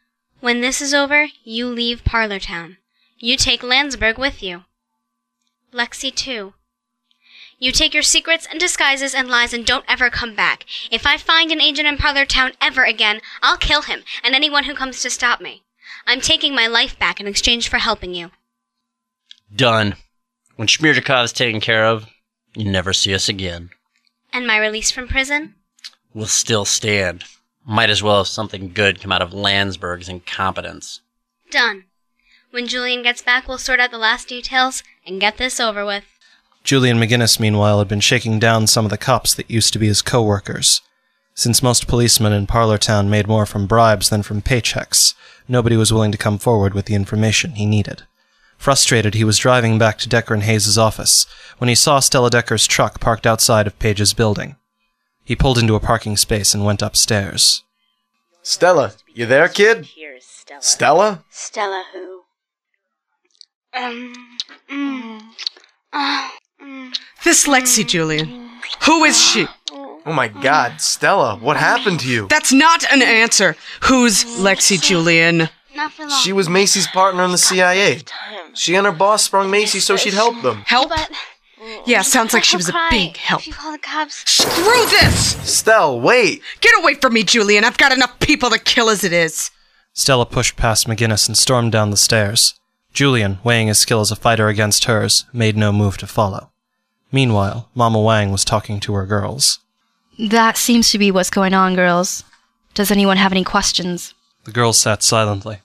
[SPEAKER 7] When this is over, you leave Parlortown. You take Landsberg with you. Lexi, too. You take your secrets and disguises and lies and don't ever come back. If I find an agent in Parlortown ever again, I'll kill him and anyone who comes to stop me. I'm taking my life back in exchange for helping you.
[SPEAKER 24] Done. When Smirjakov's taken care of, you never see us again.
[SPEAKER 7] And my release from prison?
[SPEAKER 24] We'll still stand. Might as well have something good come out of Landsberg's incompetence.
[SPEAKER 7] Done. When Julian gets back, we'll sort out the last details and get this over with.
[SPEAKER 23] Julian McGinnis, meanwhile, had been shaking down some of the cops that used to be his co-workers. Since most policemen in Parlortown made more from bribes than from paychecks, nobody was willing to come forward with the information he needed. Frustrated, he was driving back to Decker and Hayes's office when he saw Stella Decker's truck parked outside of Page's building. He pulled into a parking space and went upstairs.
[SPEAKER 8] Stella, you there, kid? Stella. Stella?
[SPEAKER 28] Stella who?
[SPEAKER 7] Um. Mm, uh, mm.
[SPEAKER 26] This Lexi Julian. Who is she?
[SPEAKER 8] Oh my god, Stella, what happened to you?
[SPEAKER 26] That's not an answer. Who's Lexi Julian?
[SPEAKER 7] Not for long.
[SPEAKER 8] She was Macy's partner in the CIA. She and her boss sprung Macy so she'd help them.
[SPEAKER 26] Help? Yeah, sounds like she was a
[SPEAKER 7] Cry.
[SPEAKER 26] big help.
[SPEAKER 7] If you call the cops,
[SPEAKER 26] Screw this!
[SPEAKER 8] Stell, wait!
[SPEAKER 26] Get away from me, Julian. I've got enough people to kill as it is.
[SPEAKER 23] Stella pushed past McGinnis and stormed down the stairs. Julian, weighing his skill as a fighter against hers, made no move to follow. Meanwhile, Mama Wang was talking to her girls.
[SPEAKER 17] That seems to be what's going on, girls. Does anyone have any questions?
[SPEAKER 23] The girls sat silently.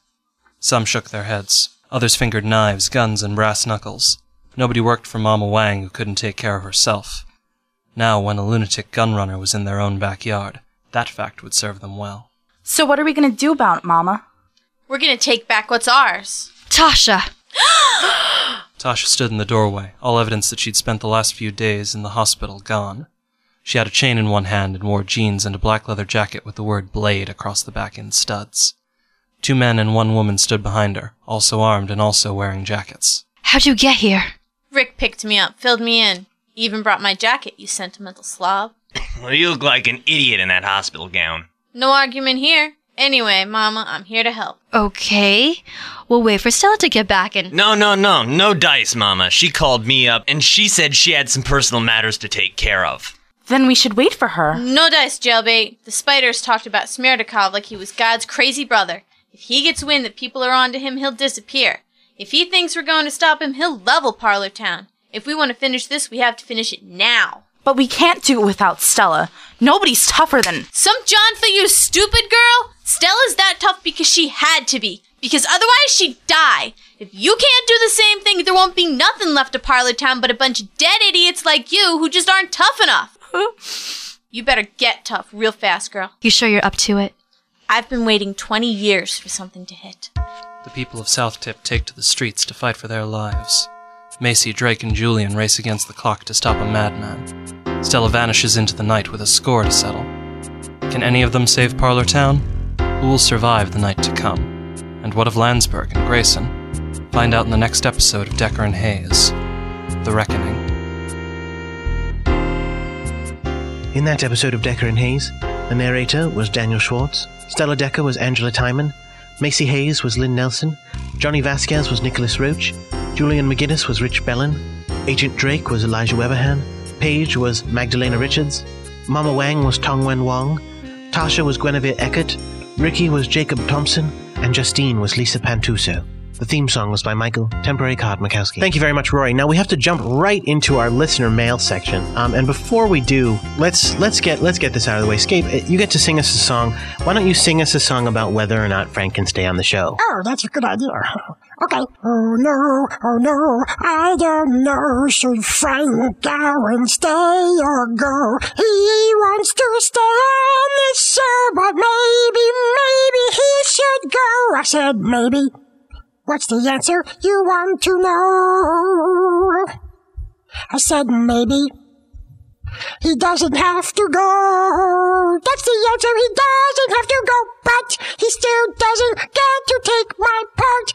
[SPEAKER 23] Some shook their heads. Others fingered knives, guns, and brass knuckles. Nobody worked for Mama Wang who couldn't take care of herself. Now, when a lunatic gun runner was in their own backyard, that fact would serve them well.
[SPEAKER 15] So what are we gonna do about it, Mama?
[SPEAKER 16] We're gonna take back what's ours.
[SPEAKER 17] Tasha!
[SPEAKER 23] Tasha stood in the doorway, all evidence that she'd spent the last few days in the hospital gone. She had a chain in one hand and wore jeans and a black leather jacket with the word blade across the back in studs. Two men and one woman stood behind her, also armed and also wearing jackets.
[SPEAKER 17] How'd you get here?
[SPEAKER 16] Rick picked me up, filled me in, even brought my jacket, you sentimental slob.
[SPEAKER 19] Well, you look like an idiot in that hospital gown.
[SPEAKER 16] No argument here. Anyway, Mama, I'm here to help.
[SPEAKER 17] Okay. We'll wait for Stella to get back and.
[SPEAKER 19] No, no, no, no dice, Mama. She called me up and she said she had some personal matters to take care of.
[SPEAKER 15] Then we should wait for her.
[SPEAKER 16] No dice, jailbait. The spiders talked about Smerdyakov like he was God's crazy brother. If he gets wind that people are onto him, he'll disappear. If he thinks we're going to stop him, he'll level Parlor Town. If we want to finish this, we have to finish it now.
[SPEAKER 15] But we can't do it without Stella. Nobody's tougher than.
[SPEAKER 16] Some John for you, stupid girl! Stella's that tough because she had to be. Because otherwise she'd die. If you can't do the same thing, there won't be nothing left of Parlor Town but a bunch of dead idiots like you who just aren't tough enough. you better get tough real fast, girl.
[SPEAKER 17] You sure you're up to it?
[SPEAKER 16] I've been waiting 20 years for something to hit.
[SPEAKER 23] The people of South Tip take to the streets to fight for their lives. Macy, Drake, and Julian race against the clock to stop a madman. Stella vanishes into the night with a score to settle. Can any of them save Parlor Town? Who will survive the night to come? And what of Landsberg and Grayson? Find out in the next episode of Decker and Hayes The Reckoning.
[SPEAKER 1] In that episode of Decker and Hayes, the narrator was Daniel Schwartz, Stella Decker was Angela Tyman, Macy Hayes was Lynn Nelson, Johnny Vasquez was Nicholas Roach, Julian McGinnis was Rich Bellin, Agent Drake was Elijah Weberhan, Paige was Magdalena Richards, Mama Wang was Tongwen Wong, Tasha was Guinevere Eckert, Ricky was Jacob Thompson, and Justine was Lisa Pantuso. The theme song was by Michael Temporary Kodmakowski. Thank you very much, Rory. Now we have to jump right into our listener mail section. Um, and before we do, let's let's get let's get this out of the way. Scape, uh, you get to sing us a song. Why don't you sing us a song about whether or not Frank can stay on the show?
[SPEAKER 2] Oh, that's a good idea. Okay. Oh no, oh no, I don't know. Should Frank Gowan stay or go? He wants to stay on this show, but maybe, maybe he should go. I said maybe. What's the answer you want to know? I said maybe. He doesn't have to go. That's the answer. He doesn't have to go, but he still doesn't get to take my part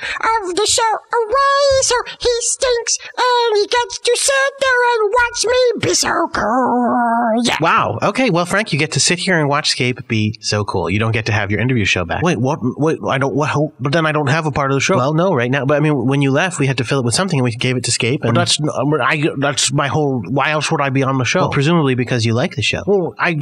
[SPEAKER 2] of the show away. So he stinks and he gets to sit there and watch me be so cool. Yeah.
[SPEAKER 1] Wow. Okay. Well, Frank, you get to sit here and watch Scape be so cool. You don't get to have your interview show back. Wait, what? Wait, I don't. What, how- but then I don't have a part of the show. Well, no, right now. But I mean, when you left, we had to fill it with something, and we gave it to Scape.
[SPEAKER 3] But
[SPEAKER 1] And
[SPEAKER 3] that's um, I, that's my whole. Why else would I be on the show?
[SPEAKER 1] Well, presumably because you like the show.
[SPEAKER 3] Well, I,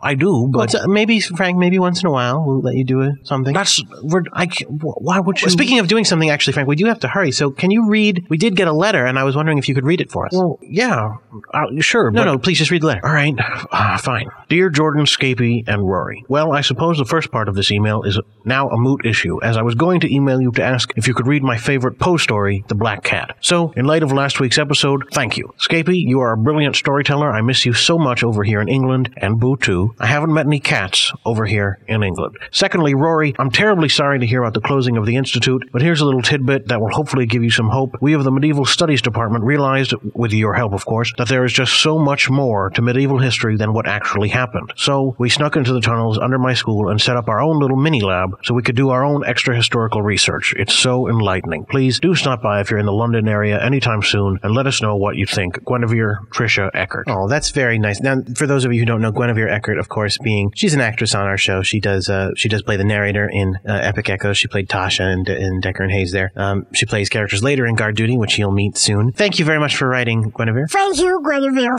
[SPEAKER 3] I do,
[SPEAKER 1] Well,
[SPEAKER 3] but
[SPEAKER 1] it's- maybe Frank, maybe once in a while we'll let you do a, something.
[SPEAKER 3] that's we're, I. can't- Why would you?
[SPEAKER 1] Speaking of doing something, actually, Frank, we do have to hurry. So, can you read? We did get a letter, and I was wondering if you could read it for us.
[SPEAKER 3] Well, yeah, uh, sure.
[SPEAKER 1] No,
[SPEAKER 3] but-
[SPEAKER 1] no, please just read the letter.
[SPEAKER 3] All right, uh, fine. Dear Jordan, Scapy, and Rory. Well, I suppose the first part of this email is now a moot issue, as I was going to email you to ask if you could read my favorite Poe story, The Black Cat. So, in light of last week's episode, thank you. Scapy, you are a brilliant storyteller. I miss you so much over here in England, and Boo too. I haven't met any cats over here in England. Secondly, Rory, I'm terribly sorry to hear about the closing of the Institute, but here's a little tidbit that will hopefully give you some hope. We of the Medieval Studies Department realized, with your help, of course, that there is just so much more to medieval history than what actually happened. So we snuck into the tunnels under my school and set up our own little mini lab so we could do our own extra historical research. It's so enlightening. Please do stop by if you're in the London area anytime soon and let us know what you think. Guinevere Tricia Eckert.
[SPEAKER 1] Oh, that's very nice. Now, for those of you who don't know, Guinevere Eckert, of course, being she's an actress on our show. She does uh, she does play the narrator in uh, Epic Echoes. She played Tasha in, in Decker and Hayes. There, um, she plays characters later in Guard Duty, which you'll meet soon. Thank you very much for writing, Guinevere.
[SPEAKER 2] Thank you, Guinevere.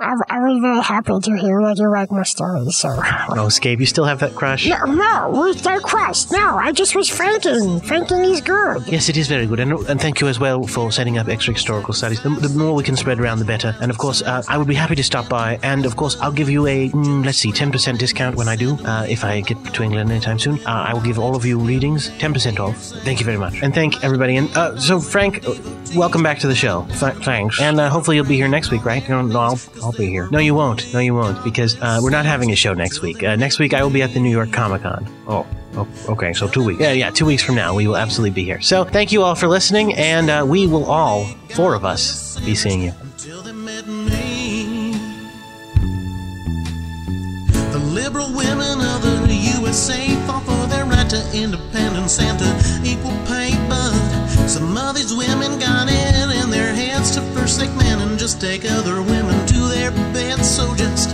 [SPEAKER 2] I, I was very happy to hear that you like my story, so.
[SPEAKER 1] Oh, Scabe, you still have that crush?
[SPEAKER 2] No, no, we stay crust. No, I just was franking. Franking is good.
[SPEAKER 1] Yes, it is very good, and, and thank you as well for setting up extra historical studies. The, the more we can spread around, the better. And of course, uh, I would be happy to stop by, and of course, I'll give you a mm, let's see, ten percent discount when I do, uh, if I get to England anytime soon. Uh, I will give all of you readings ten percent off. Thank you very much, and thank everybody. And uh, so, Frank, uh, welcome back to the show. Th- thanks, and uh, hopefully you'll be here next week, right? No, no, I'll, I'll be here. No, you won't. No, you won't, because uh, we're not having a show next week. Uh, next week, I will be at the New York Comic Con.
[SPEAKER 3] Oh, o- okay, so two weeks.
[SPEAKER 1] Yeah, yeah, two weeks from now, we will absolutely be here. So thank you all for listening, and uh, we will all, four of us, be seeing you.
[SPEAKER 10] The liberal women of the USA fought for their right to independence and to equal pay, but some of these women got it in their heads to forsake men and just take other women to their beds. So just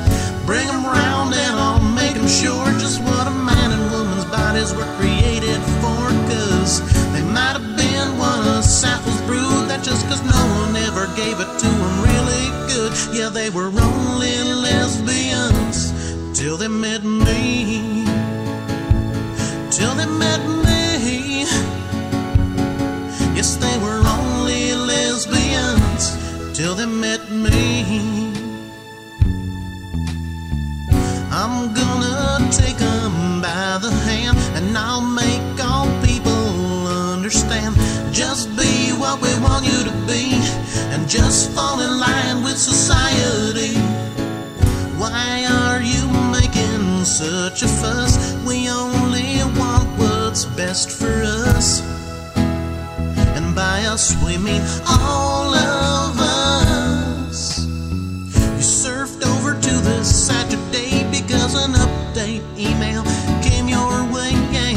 [SPEAKER 10] bring 'em round and I'll make 'em sure just what a man and woman's bodies were created for, 'cause they might have been one of Sappho's brood that just 'cause no one ever gave it to 'em really good. Yeah, they were only lesbians till they met me. Till they met me. Yes, they were only lesbians till they met me. I'm gonna take 'em by the hand and I'll make all people understand. Just be what we want you to be and just fall in line with society. Why are you making such a fuss? We only want what's best for us. And by us, we mean all of us. You surfed over to the site today because an update email came your way and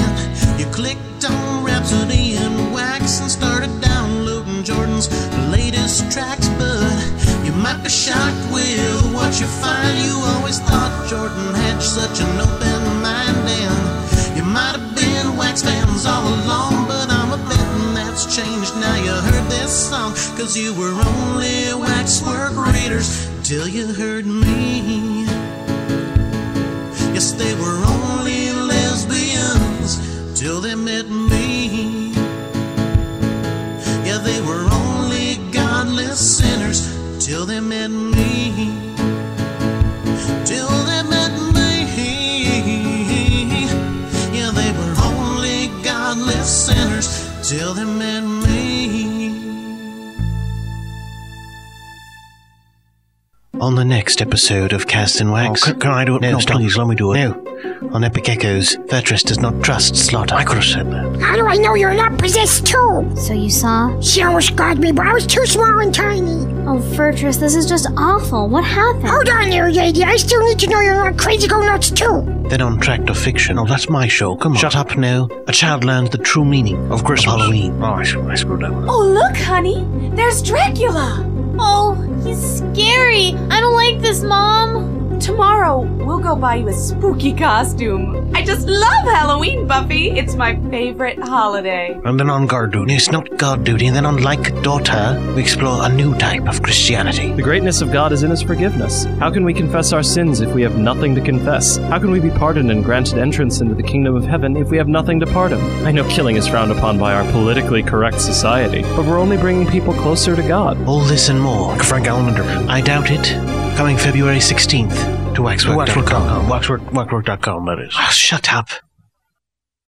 [SPEAKER 10] you clicked on Rhapsody and Wax and started downloading Jordan's latest tracks. But you might be shocked with what you find. You always thought Jordan had such an open mind, and you might have been Wax fans all along, but I'm a betting that's changed now you heard this song. Cause you were only waxwork readers till you heard me. Yes, they were only lesbians till they met me. till they met me.
[SPEAKER 1] On the next episode of Cast and Wax.
[SPEAKER 29] Can, can I do it?
[SPEAKER 1] No, stop.
[SPEAKER 29] please, let me do it.
[SPEAKER 1] No. On Epic Echoes, Vertress does not trust Slaughter. I could have said that.
[SPEAKER 2] How do I know you're not possessed too?
[SPEAKER 30] So you saw?
[SPEAKER 2] She almost got me, but I was too small and tiny.
[SPEAKER 30] Oh, Vertress, this is just awful. What happened?
[SPEAKER 2] Hold on there, lady. I still need to know you're not crazy go nuts too.
[SPEAKER 1] Then on Tract of Fiction. Oh, that's my show. Come on. Shut up now. A child learns the true meaning of Christmas. Halloween. Oh, I, sc- I screwed up.
[SPEAKER 16] Oh, look, honey. There's Dracula. Oh, he's scary. I don't like this, Mom.
[SPEAKER 26] Tomorrow, we'll go buy you a spooky costume. I just love Halloween, Buffy. It's my favorite holiday.
[SPEAKER 1] And then on Guard Duty. It's not Guard Duty. And then on Like Daughter, we explore a new type of Christianity.
[SPEAKER 23] The greatness of God is in his forgiveness. How can we confess our sins if we have nothing to confess? How can we be pardoned and granted entrance into the kingdom of heaven if we have nothing to pardon? I know killing is frowned upon by our politically correct society, but we're only bringing people closer to God.
[SPEAKER 1] All this and more. Like Frank Allender. I doubt it. Coming February 16th to Waxwork.com.
[SPEAKER 29] Waxwork.com. Waxwork, waxwork.com, that is.
[SPEAKER 1] Oh, shut up.